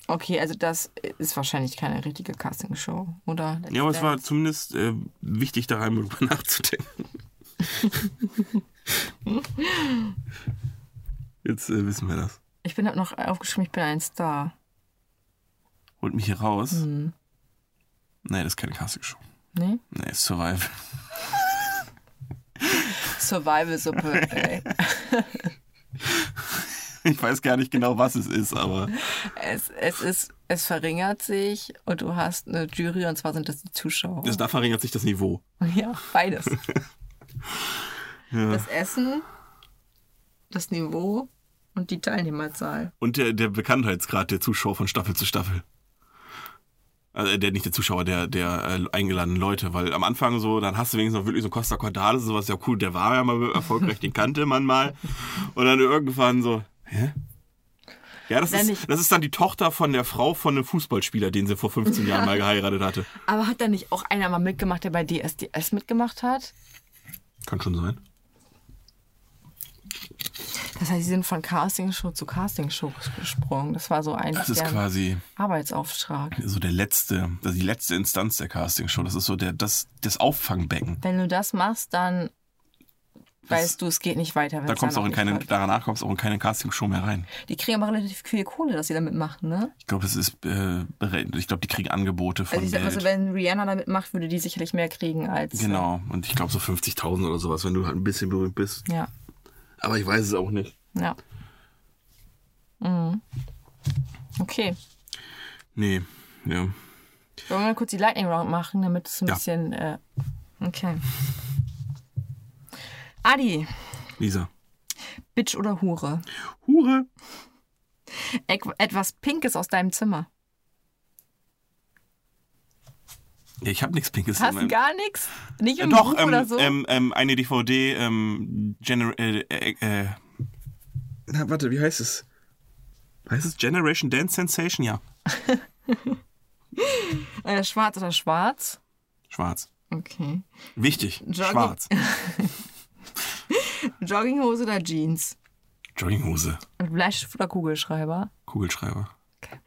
Okay, also das ist wahrscheinlich keine richtige Castingshow, oder? Ja, aber es war zumindest äh, wichtig, da einmal drüber (laughs) nachzudenken. Jetzt äh, wissen wir das. Ich bin hab noch aufgeschrieben, ich bin ein Star. Holt mich hier raus. Hm. ne? Nein, das ist keine Casting-Show. Nee? Nein, ist Survival. (laughs) (laughs) Survival-Suppe, ey. Ich weiß gar nicht genau, was es ist, aber es, es ist, es verringert sich und du hast eine Jury und zwar sind das die Zuschauer. das, da verringert sich das Niveau. (laughs) ja, (laughs) beides. Das Essen, das Niveau und die Teilnehmerzahl. Und der, der Bekanntheitsgrad der Zuschauer von Staffel zu Staffel. Also der nicht der Zuschauer, der, der äh, eingeladenen Leute, weil am Anfang so, dann hast du wenigstens noch wirklich so Costa Cordalis und sowas, ja cool, der war ja mal erfolgreich, den kannte man mal. Und dann irgendwann so, hä? Ja, das Nenn ist, ich- das ist dann die Tochter von der Frau von einem Fußballspieler, den sie vor 15 Jahren mal geheiratet hatte. Aber hat da nicht auch einer mal mitgemacht, der bei DSDS mitgemacht hat? Kann schon sein. Das heißt, sie sind von Castingshow zu Castingshow gesprungen. Das war so ein Das ist deren quasi Arbeitsauftrag. so der letzte, also die letzte Instanz der Castingshow. Das ist so der, das, das Auffangbecken. Wenn du das machst, dann weißt du, es geht nicht weiter. Da wenn's kommst du auch danach in keine, nicht läuft. danach kommst du auch in keine Castingshow mehr rein. Die kriegen aber relativ viel Kohle, dass sie da mitmachen, ne? Ich glaube, es ist, äh, berechnet. ich glaube, die kriegen Angebote von Also ich sag mal Geld. so, wenn Rihanna da mitmacht, würde die sicherlich mehr kriegen als. äh, genau. Und ich glaube so 50.000 oder sowas, wenn du halt ein bisschen berühmt bist. Ja, Aber ich weiß es auch nicht. ja. Mhm. Okay. Nee, ja. Wollen wir mal kurz die Lightning Round machen, damit es ein Ja. bisschen. Äh, okay. Adi, Lisa. Bitch oder Hure? Hure. Ek- etwas Pinkes aus deinem Zimmer. Ja, ich habe nichts Pinkes in Hast du meinem- gar nichts? Nicht Äh, im Doch, Buch ähm, oder so? ähm, ähm, eine DVD, ähm, Gener äh, äh, äh. Na, warte, wie heißt es? Heißt es Generation Dance Sensation? Ja. äh, schwarz oder schwarz? Schwarz. Okay. Wichtig. Jogging- Schwarz. Jogginghose oder Jeans? Jogginghose. Und Bleistift oder Kugelschreiber? Kugelschreiber. Okay.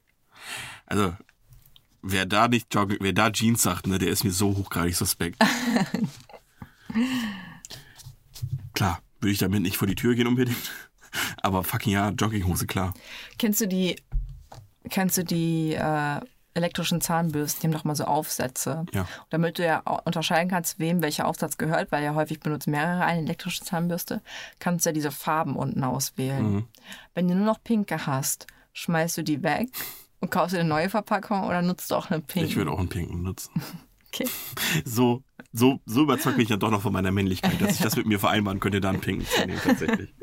Also, wer da nicht Jogg- wer da Jeans sagt, ne, der ist mir so (laughs) hochgradig suspekt. klar, würde ich damit nicht vor die Tür gehen unbedingt. Aber fucking ja, Jogginghose, klar. Kennst du die, kennst du die äh, elektrischen Zahnbürsten? Die haben doch mal so Aufsätze. Ja. Damit du ja au- unterscheiden kannst, wem welcher Aufsatz gehört, weil ja häufig benutzt mehrere eine elektrische Zahnbürste, kannst du ja Mhm. diese Farben unten auswählen. Wenn du nur noch pinke hast, schmeißt du die weg Und kaufst du eine neue Verpackung oder nutzt du auch eine Pink? Ich würde auch einen pinken nutzen. Mhm. Okay. So, so, so überzeugt mich dann doch noch von meiner Männlichkeit, dass ich das mit mir vereinbaren könnte, da einen pinken zu nehmen, (laughs) tatsächlich.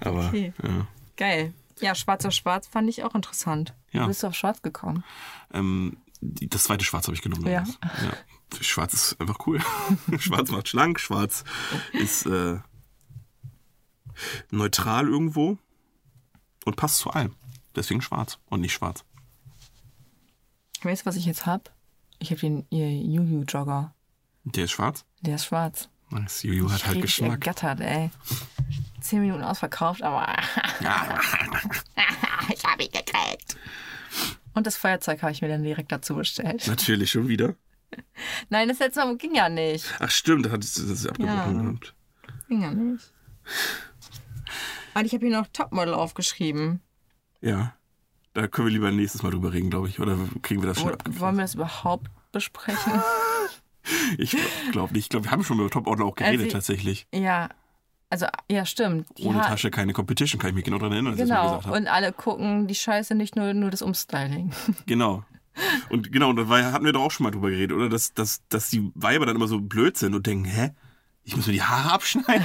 Aber, Okay. ja. Geil. Ja, schwarz auf schwarz fand ich auch interessant. Ja. Du bist auf schwarz gekommen. Ähm, die, das zweite Schwarz habe ich genommen. Ja. übrigens. ja. Schwarz ist einfach cool. (laughs) Schwarz macht schlank, Schwarz ist äh, neutral irgendwo und passt zu allem. Deswegen schwarz und nicht schwarz. Weißt du, was ich jetzt hab? Ich habe den ihr Juju Jogger. Der ist schwarz. Der ist schwarz. Nice. Juju hat halt Richtig Geschmack. ergattert, ey. Zehn Minuten ausverkauft, aber (laughs) Ja. Ich hab ihn gekriegt. Und das Feuerzeug habe ich mir dann direkt dazu bestellt. Natürlich, schon wieder. Nein, das letzte Mal ging ja nicht. Ach stimmt, da hat es das ist abgebrochen. Ja. gehabt. Ging ja nicht. Und ich habe hier noch Topmodel aufgeschrieben. ja. Da können wir lieber nächstes Mal drüber reden, glaube ich. Oder kriegen wir das schon Wo, wollen abgefallen? wir das überhaupt (laughs) besprechen? Ich glaube nicht. Ich glaube, wir haben schon über Top Order auch geredet, Also- tatsächlich. ja, also ja, stimmt. Ohne ja, Tasche keine Competition, kann ich mich genau daran erinnern, dass ich das mal Genau. gesagt habe. Und alle gucken die Scheiße nicht nur, nur das Umstyling. (laughs) Genau. Und genau, und da war- hatten wir doch auch schon mal drüber geredet, oder? Dass, dass, dass die Weiber dann immer so blöd sind und denken, hä? Ich muss mir die Haare (laughs) abschneiden.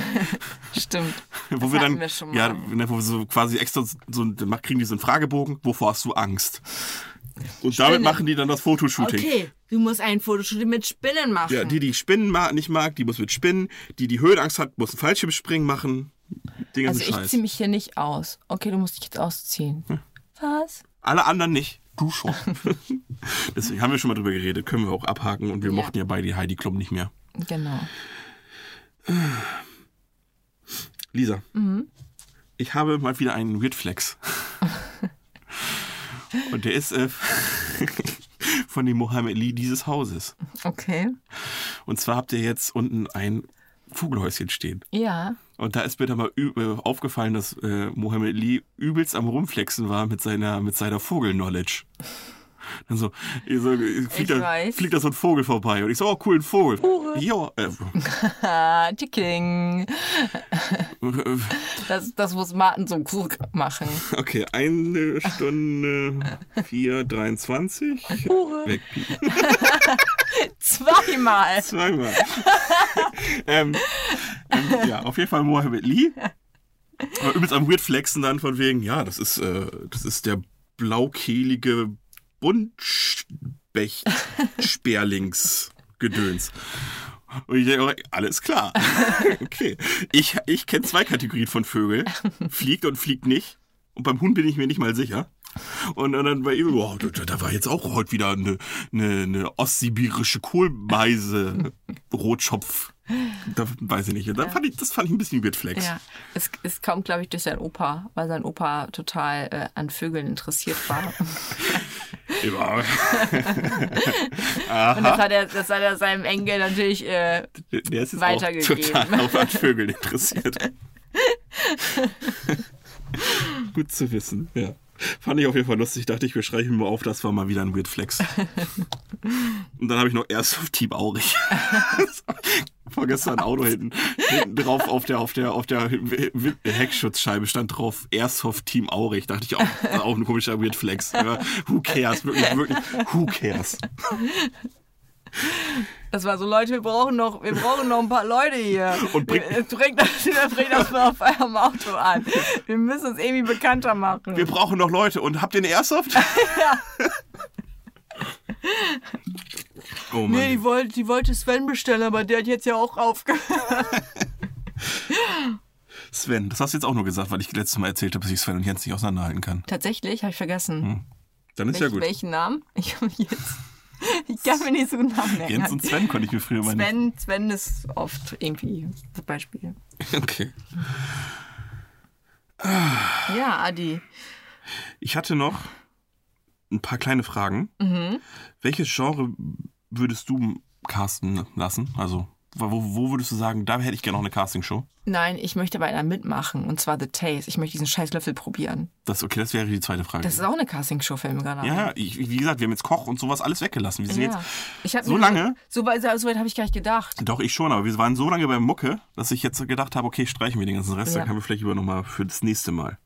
stimmt. wo das wir hatten dann, wir schon mal. ja, ne, wo wir so quasi extra so, so ein- dann kriegen die so einen Fragebogen, wovor hast du Angst? Und damit Spinnen. machen die dann das Fotoshooting. Okay, du musst ein Fotoshooting mit Spinnen machen. Ja, die, die Spinnen ma- nicht mag, die muss mit Spinnen. Die, die Höhenangst hat, muss einen Fallschirmspringen machen. Den ganzen also ich Scheiß. Hm. ziehe mich hier nicht aus. Okay, du musst dich jetzt ausziehen. Was? Alle anderen nicht. Du schon. (laughs) Deswegen haben wir schon mal drüber geredet. Können wir auch abhaken. Und wir Ja. mochten ja beide die Heidi Klum nicht mehr. Genau. Lisa, ich habe mal wieder einen Weird Flex. Und der ist äh, (laughs) von dem Mohammed Lee dieses Hauses. Okay. Und zwar habt ihr jetzt unten ein Vogelhäuschen stehen. Ja. Und da ist mir dann mal ü- äh, aufgefallen, dass äh, Mohammed Lee übelst am Rumflexen war mit seiner, mit seiner Vogel-Knowledge. Dann so, ich so äh, fliegt, da, weiß. fliegt da so ein Vogel vorbei. Und ich so, oh cool, ein Vogel. Ja, äh, (laughs) Ah, Ticking. äh, Das, das muss Martin so Krug (laughs) machen. Okay, eine Stunde 4,23. Wegpiepen. Zweimal. Zweimal. (laughs) ähm, ähm, ja, auf jeden Fall Mohammed Lee. Aber übelst am Weird Flexen dann von wegen, ja, das ist, äh, das ist der blaukehlige Buntspecht-Sperlingsgedöns. Und ich denke, auch, alles klar. (laughs) Okay. Ich, ich kenne zwei Kategorien von Vögeln. Fliegt und fliegt nicht. Und beim Huhn bin ich mir nicht mal sicher. Und, und dann war eben, wow, da, da war jetzt auch heute wieder eine, eine, eine ostsibirische Kohlmeise, Rotschopf. Da weiß ich nicht. Und dann fand ich, das fand ich ein bisschen Weird Flex. Ja, es, es kommt, glaube ich, durch seinen Opa, weil sein Opa total äh, an Vögeln interessiert war. Ja. Und das hat er, das hat er seinem Enkel natürlich. Äh, Der ist jetzt Weitergegeben. auch total auf an Vögeln interessiert. Gut zu wissen, ja. Fand ich auf jeden Fall lustig. Dachte ich, wir schreiben mal auf, das war mal wieder ein Weird Flex. Und dann habe ich noch erst auf Team Aurich. (laughs) Vorgestern ein Auto hinten, hinten drauf auf der, auf der, auf der Wi- Heckschutzscheibe stand drauf Airsoft Team Aurich. Dachte ich auch, auch ein komischer Weird Flex. Ja, who cares? Wirklich, wirklich, who cares? das war so, Leute, wir brauchen noch, wir brauchen noch ein paar Leute hier. Und bringt- Äh, bringt das, (laughs) bringt das mal auf eurem Auto an. Wir müssen uns irgendwie bekannter machen. Wir brauchen noch Leute. Und habt ihr eine (laughs) Airsoft? Oh Mann. Nee, die wollte, die wollte Sven bestellen, aber der hat jetzt ja auch aufgehört. Sven, das hast du jetzt auch nur gesagt, weil ich letztes Mal erzählt habe, dass ich Sven und Jens nicht auseinanderhalten kann. Tatsächlich, habe ich vergessen. Dann ist ja gut. Welchen Namen? (laughs) Ich, hab jetzt, ich kann mir nicht so einen Namen merken. Jens und Sven konnte ich mir früher mal nicht. Sven, Sven ist oft irgendwie zum Beispiel. (laughs) Okay. Ja, Adi. Ich hatte noch ein paar kleine Mhm. Fragen. Welches Genre würdest du casten lassen? Also Wo, wo würdest du sagen, da hätte ich gerne noch eine Castingshow? Nein, ich möchte bei einer mitmachen. Und zwar The Taste. Ich möchte diesen scheiß Löffel probieren. Das, okay, das wäre die zweite Frage. Das ist auch eine Castingshow, fällt mir gerade ein. ja, ich, wie gesagt, wir haben jetzt Koch und sowas alles weggelassen. Wir sind Ja. jetzt Ich hab so mir- lange? So weit, so weit habe ich gar nicht gedacht. Doch, ich schon, aber wir waren so lange bei Mucke, dass ich jetzt gedacht habe, okay, streichen wir den ganzen Rest, Ja. dann können wir vielleicht über nochmal für das nächste Mal.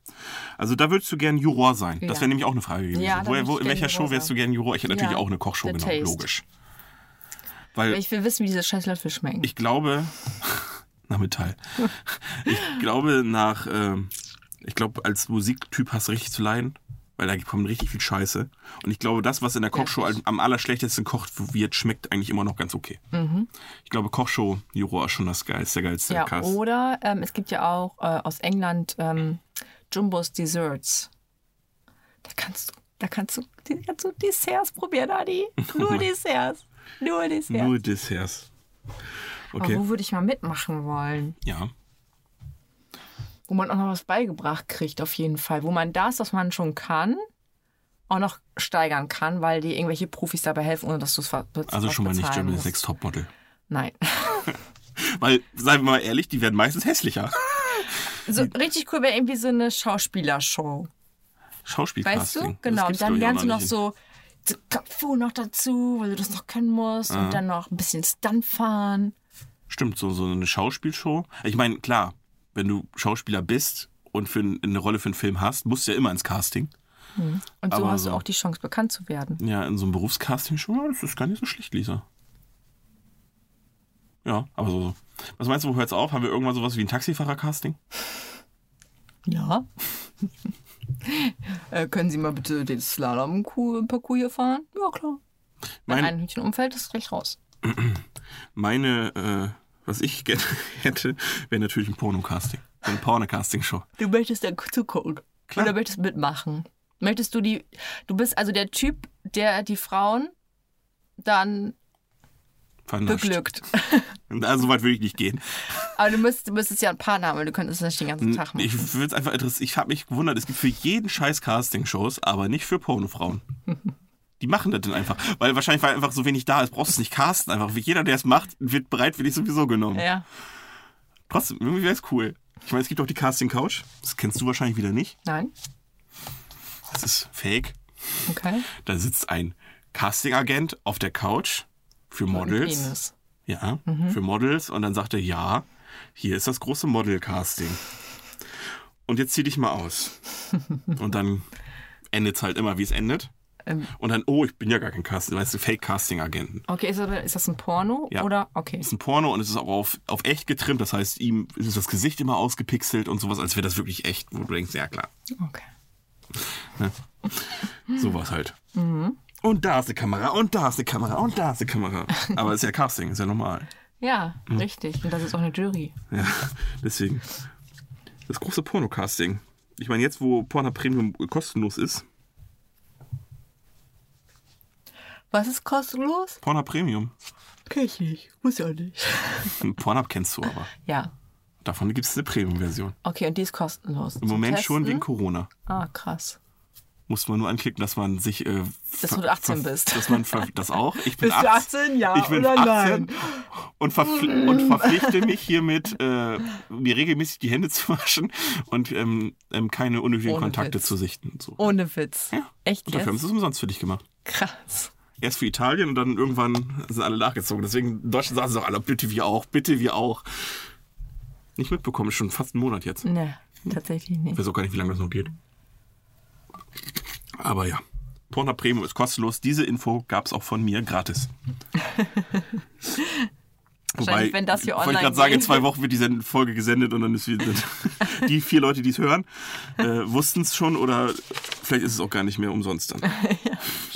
Also da würdest du gern Juror sein. Das Ja. wäre nämlich auch eine Frage gewesen. Ja, da Woher, würd wo, ich in gern welcher Juror Show wärst du sein. gern Juror? Ich hätte natürlich Ja. auch eine Kochshow The genommen, Taste. logisch. Weil Ich will wissen, wie diese scheiß Löffel schmecken. ich glaube, (laughs) nach Metall. (laughs) ich glaube, nach, ähm, ich glaube, als Musiktyp hast du richtig zu leiden, weil da kommt richtig viel Scheiße. Und ich glaube, das, was in der Kochshow Wirklich? am allerschlechtesten kocht wird, schmeckt eigentlich immer noch ganz okay. Ich glaube, Kochshow, Juror ist schon das geilste, der geilste Mhm. ja, Cast. oder ähm, es gibt ja auch äh, aus England ähm, Jumbos Desserts. Da kannst du, da kannst du, da kannst du Desserts probieren, Adi. (laughs) Nur Desserts. Nur Desserts. Nur Desserts. Okay, Aber wo würde ich mal mitmachen wollen? ja. Wo man auch noch was beigebracht kriegt, auf jeden Fall. Wo man das, was man schon kann, auch noch steigern kann, weil die irgendwelche Profis dabei helfen, ohne dass du es ver- Also was schon mal nicht bezahlen Germany's musst. Next Topmodel. Nein. (laughs) Weil, seien wir mal ehrlich, die werden (laughs) meistens hässlicher. So, Also richtig cool wäre irgendwie so eine Schauspielershow. Weißt Schauspielcasting. du? Das Genau. gibt's, Und dann glaub ich, lernst auch du noch nicht. so so Kampfu noch dazu, weil du das noch können musst. Und dann noch ein bisschen Stunt fahren. Stimmt, so, so eine Schauspielshow. Ich meine, klar, wenn du Schauspieler bist und für ein, eine Rolle für einen Film hast, musst du ja immer ins Casting. Und so Aber hast so- du auch die Chance, bekannt zu werden. Ja, in so einem Berufscasting schon, ja, das ist gar nicht so schlecht, Lisa. Ja, aber so. so. Was meinst du, wo hört's auf? Haben wir irgendwann sowas wie ein Taxifahrer-Casting? (laughs) Ja. äh, können Sie mal bitte den Slalom-Parcours hier fahren? Ja, klar. Wenn Mein- ein Hütchen umfällt, ist gleich raus. Meine, äh, was ich gerne (laughs) hätte, wäre natürlich ein Porno-Casting. Eine Porno-Casting-Show. Du möchtest da zugucken. Klar. Oder möchtest mitmachen. Möchtest du die. Du bist also der Typ, der die Frauen dann Vernascht. beglückt. (laughs) Also, so weit würde ich nicht gehen. Aber du müsstest, du müsstest ja einen Partner haben, weil du könntest das nicht den ganzen Tag machen. Ich würde es einfach interessieren. Ich habe mich gewundert, es gibt für jeden Scheiß Castingshows, aber nicht (laughs) für Pornofrauen. Die machen das dann einfach. Weil wahrscheinlich, weil einfach so wenig da ist, brauchst du es nicht casten. Einfach jeder, der es macht, wird bereitwillig sowieso genommen. ja. Trotzdem, irgendwie wäre es cool. Ich meine, es gibt auch die Casting Couch. Das kennst du wahrscheinlich wieder nicht. Nein? Das ist fake. Okay. Da sitzt ein Casting-Agent auf der Couch für Ein Models. Penis. Ja, Mhm. für Models. Und dann sagt er, ja, hier ist das große Model-Casting. Und jetzt zieh dich (laughs) mal aus. Und dann endet es halt immer, wie es endet. Ähm. Und dann, oh, ich bin ja gar kein Casting, weißt du, Fake-Casting-Agenten. Okay, ist das, ist das ein Porno? Ja. Oder? Okay. Ist ein Porno und es ist auch auf, auf echt getrimmt. Das heißt, ihm ist das Gesicht immer ausgepixelt und sowas, als wäre das wirklich echt. Wo du denkst, ja klar, Okay. sowas halt. Mhm. Und da ist eine Kamera und da ist eine Kamera und da ist (laughs) eine Kamera. Aber ist ja Casting, ist ja normal. Ja, Mhm. richtig. Und das ist auch eine Jury. (laughs) Ja, deswegen. Das große Pornocasting. Ich meine, jetzt, wo Pornhub Premium kostenlos ist, Was ist kostenlos? Pornhub Premium. Hm, Kenn ich nicht. Muss ja auch nicht. Pornhub kennst du aber. Ja. Davon gibt es eine Premium-Version. Okay, und die ist kostenlos. Im Moment schon wegen Corona. Ah, krass. Muss man nur anklicken, dass man sich. Äh, Dass ver- du 18 ver- bist. Dass (laughs) man ver- das auch. Ich bin Bist du 18? Ja ich bin oder 18 nein? Mhm. Und, verpfli und verpflichte mich hiermit, äh, mir regelmäßig die Hände (laughs) zu waschen und ähm, ähm, keine unnötigen Ohne Kontakte Witz. zu sichten. und So. Ohne Witz. Ja. Echt und dafür haben jetzt? sie es umsonst für dich gemacht. Krass. Erst für Italien und dann irgendwann sind alle nachgezogen. Deswegen in Deutschland sagen sie doch alle, bitte wir auch, bitte wir auch. Nicht mitbekommen, ist schon fast ein Monat jetzt. Ich Ne, tatsächlich nicht. weiß auch gar nicht, wie lange das noch geht. Aber ja, Pornhub Premium ist kostenlos. Diese Info gab es auch von mir gratis. (laughs) Wahrscheinlich, wenn das hier wollte ich online gerade sagen, in geht. zwei Wochen wird die Send- Folge gesendet und dann ist wieder (laughs) die vier Leute, die es hören, äh, wussten es schon oder vielleicht ist es auch gar nicht mehr umsonst dann.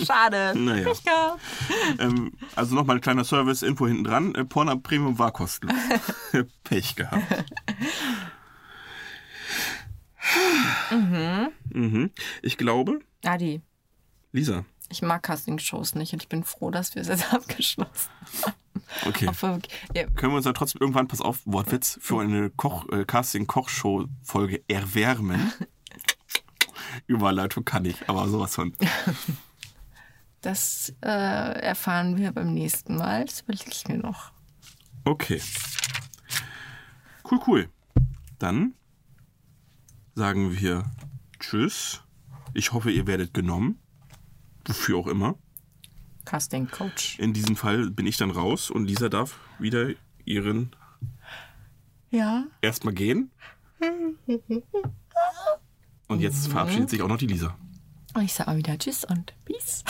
Schade. Naja. Pech gehabt. Ähm, also nochmal ein kleiner Service-Info hinten dran. Äh, Pornhub Premium war kostenlos. Pech gehabt. mhm. Ich glaube, Adi, Lisa. ich mag Casting-Shows nicht und ich bin froh, dass wir es jetzt (laughs) abgeschlossen Okay. haben. Ja, Können wir uns dann trotzdem irgendwann, pass auf, Wortwitz, für eine Koch, äh, Casting-Kochshow-Folge erwärmen? Überleitung kann ich, aber sowas von. das äh, erfahren wir beim nächsten Mal. Das überlege ich mir noch. Okay. Cool, cool. Dann sagen wir Tschüss. Ich hoffe, ihr werdet genommen. Wofür auch immer. Casting Coach. In diesem Fall bin ich dann raus und Lisa darf wieder ihren Ja. erstmal gehen. Und jetzt verabschiedet sich auch noch die Lisa. Und ich sag mal wieder Tschüss und Peace.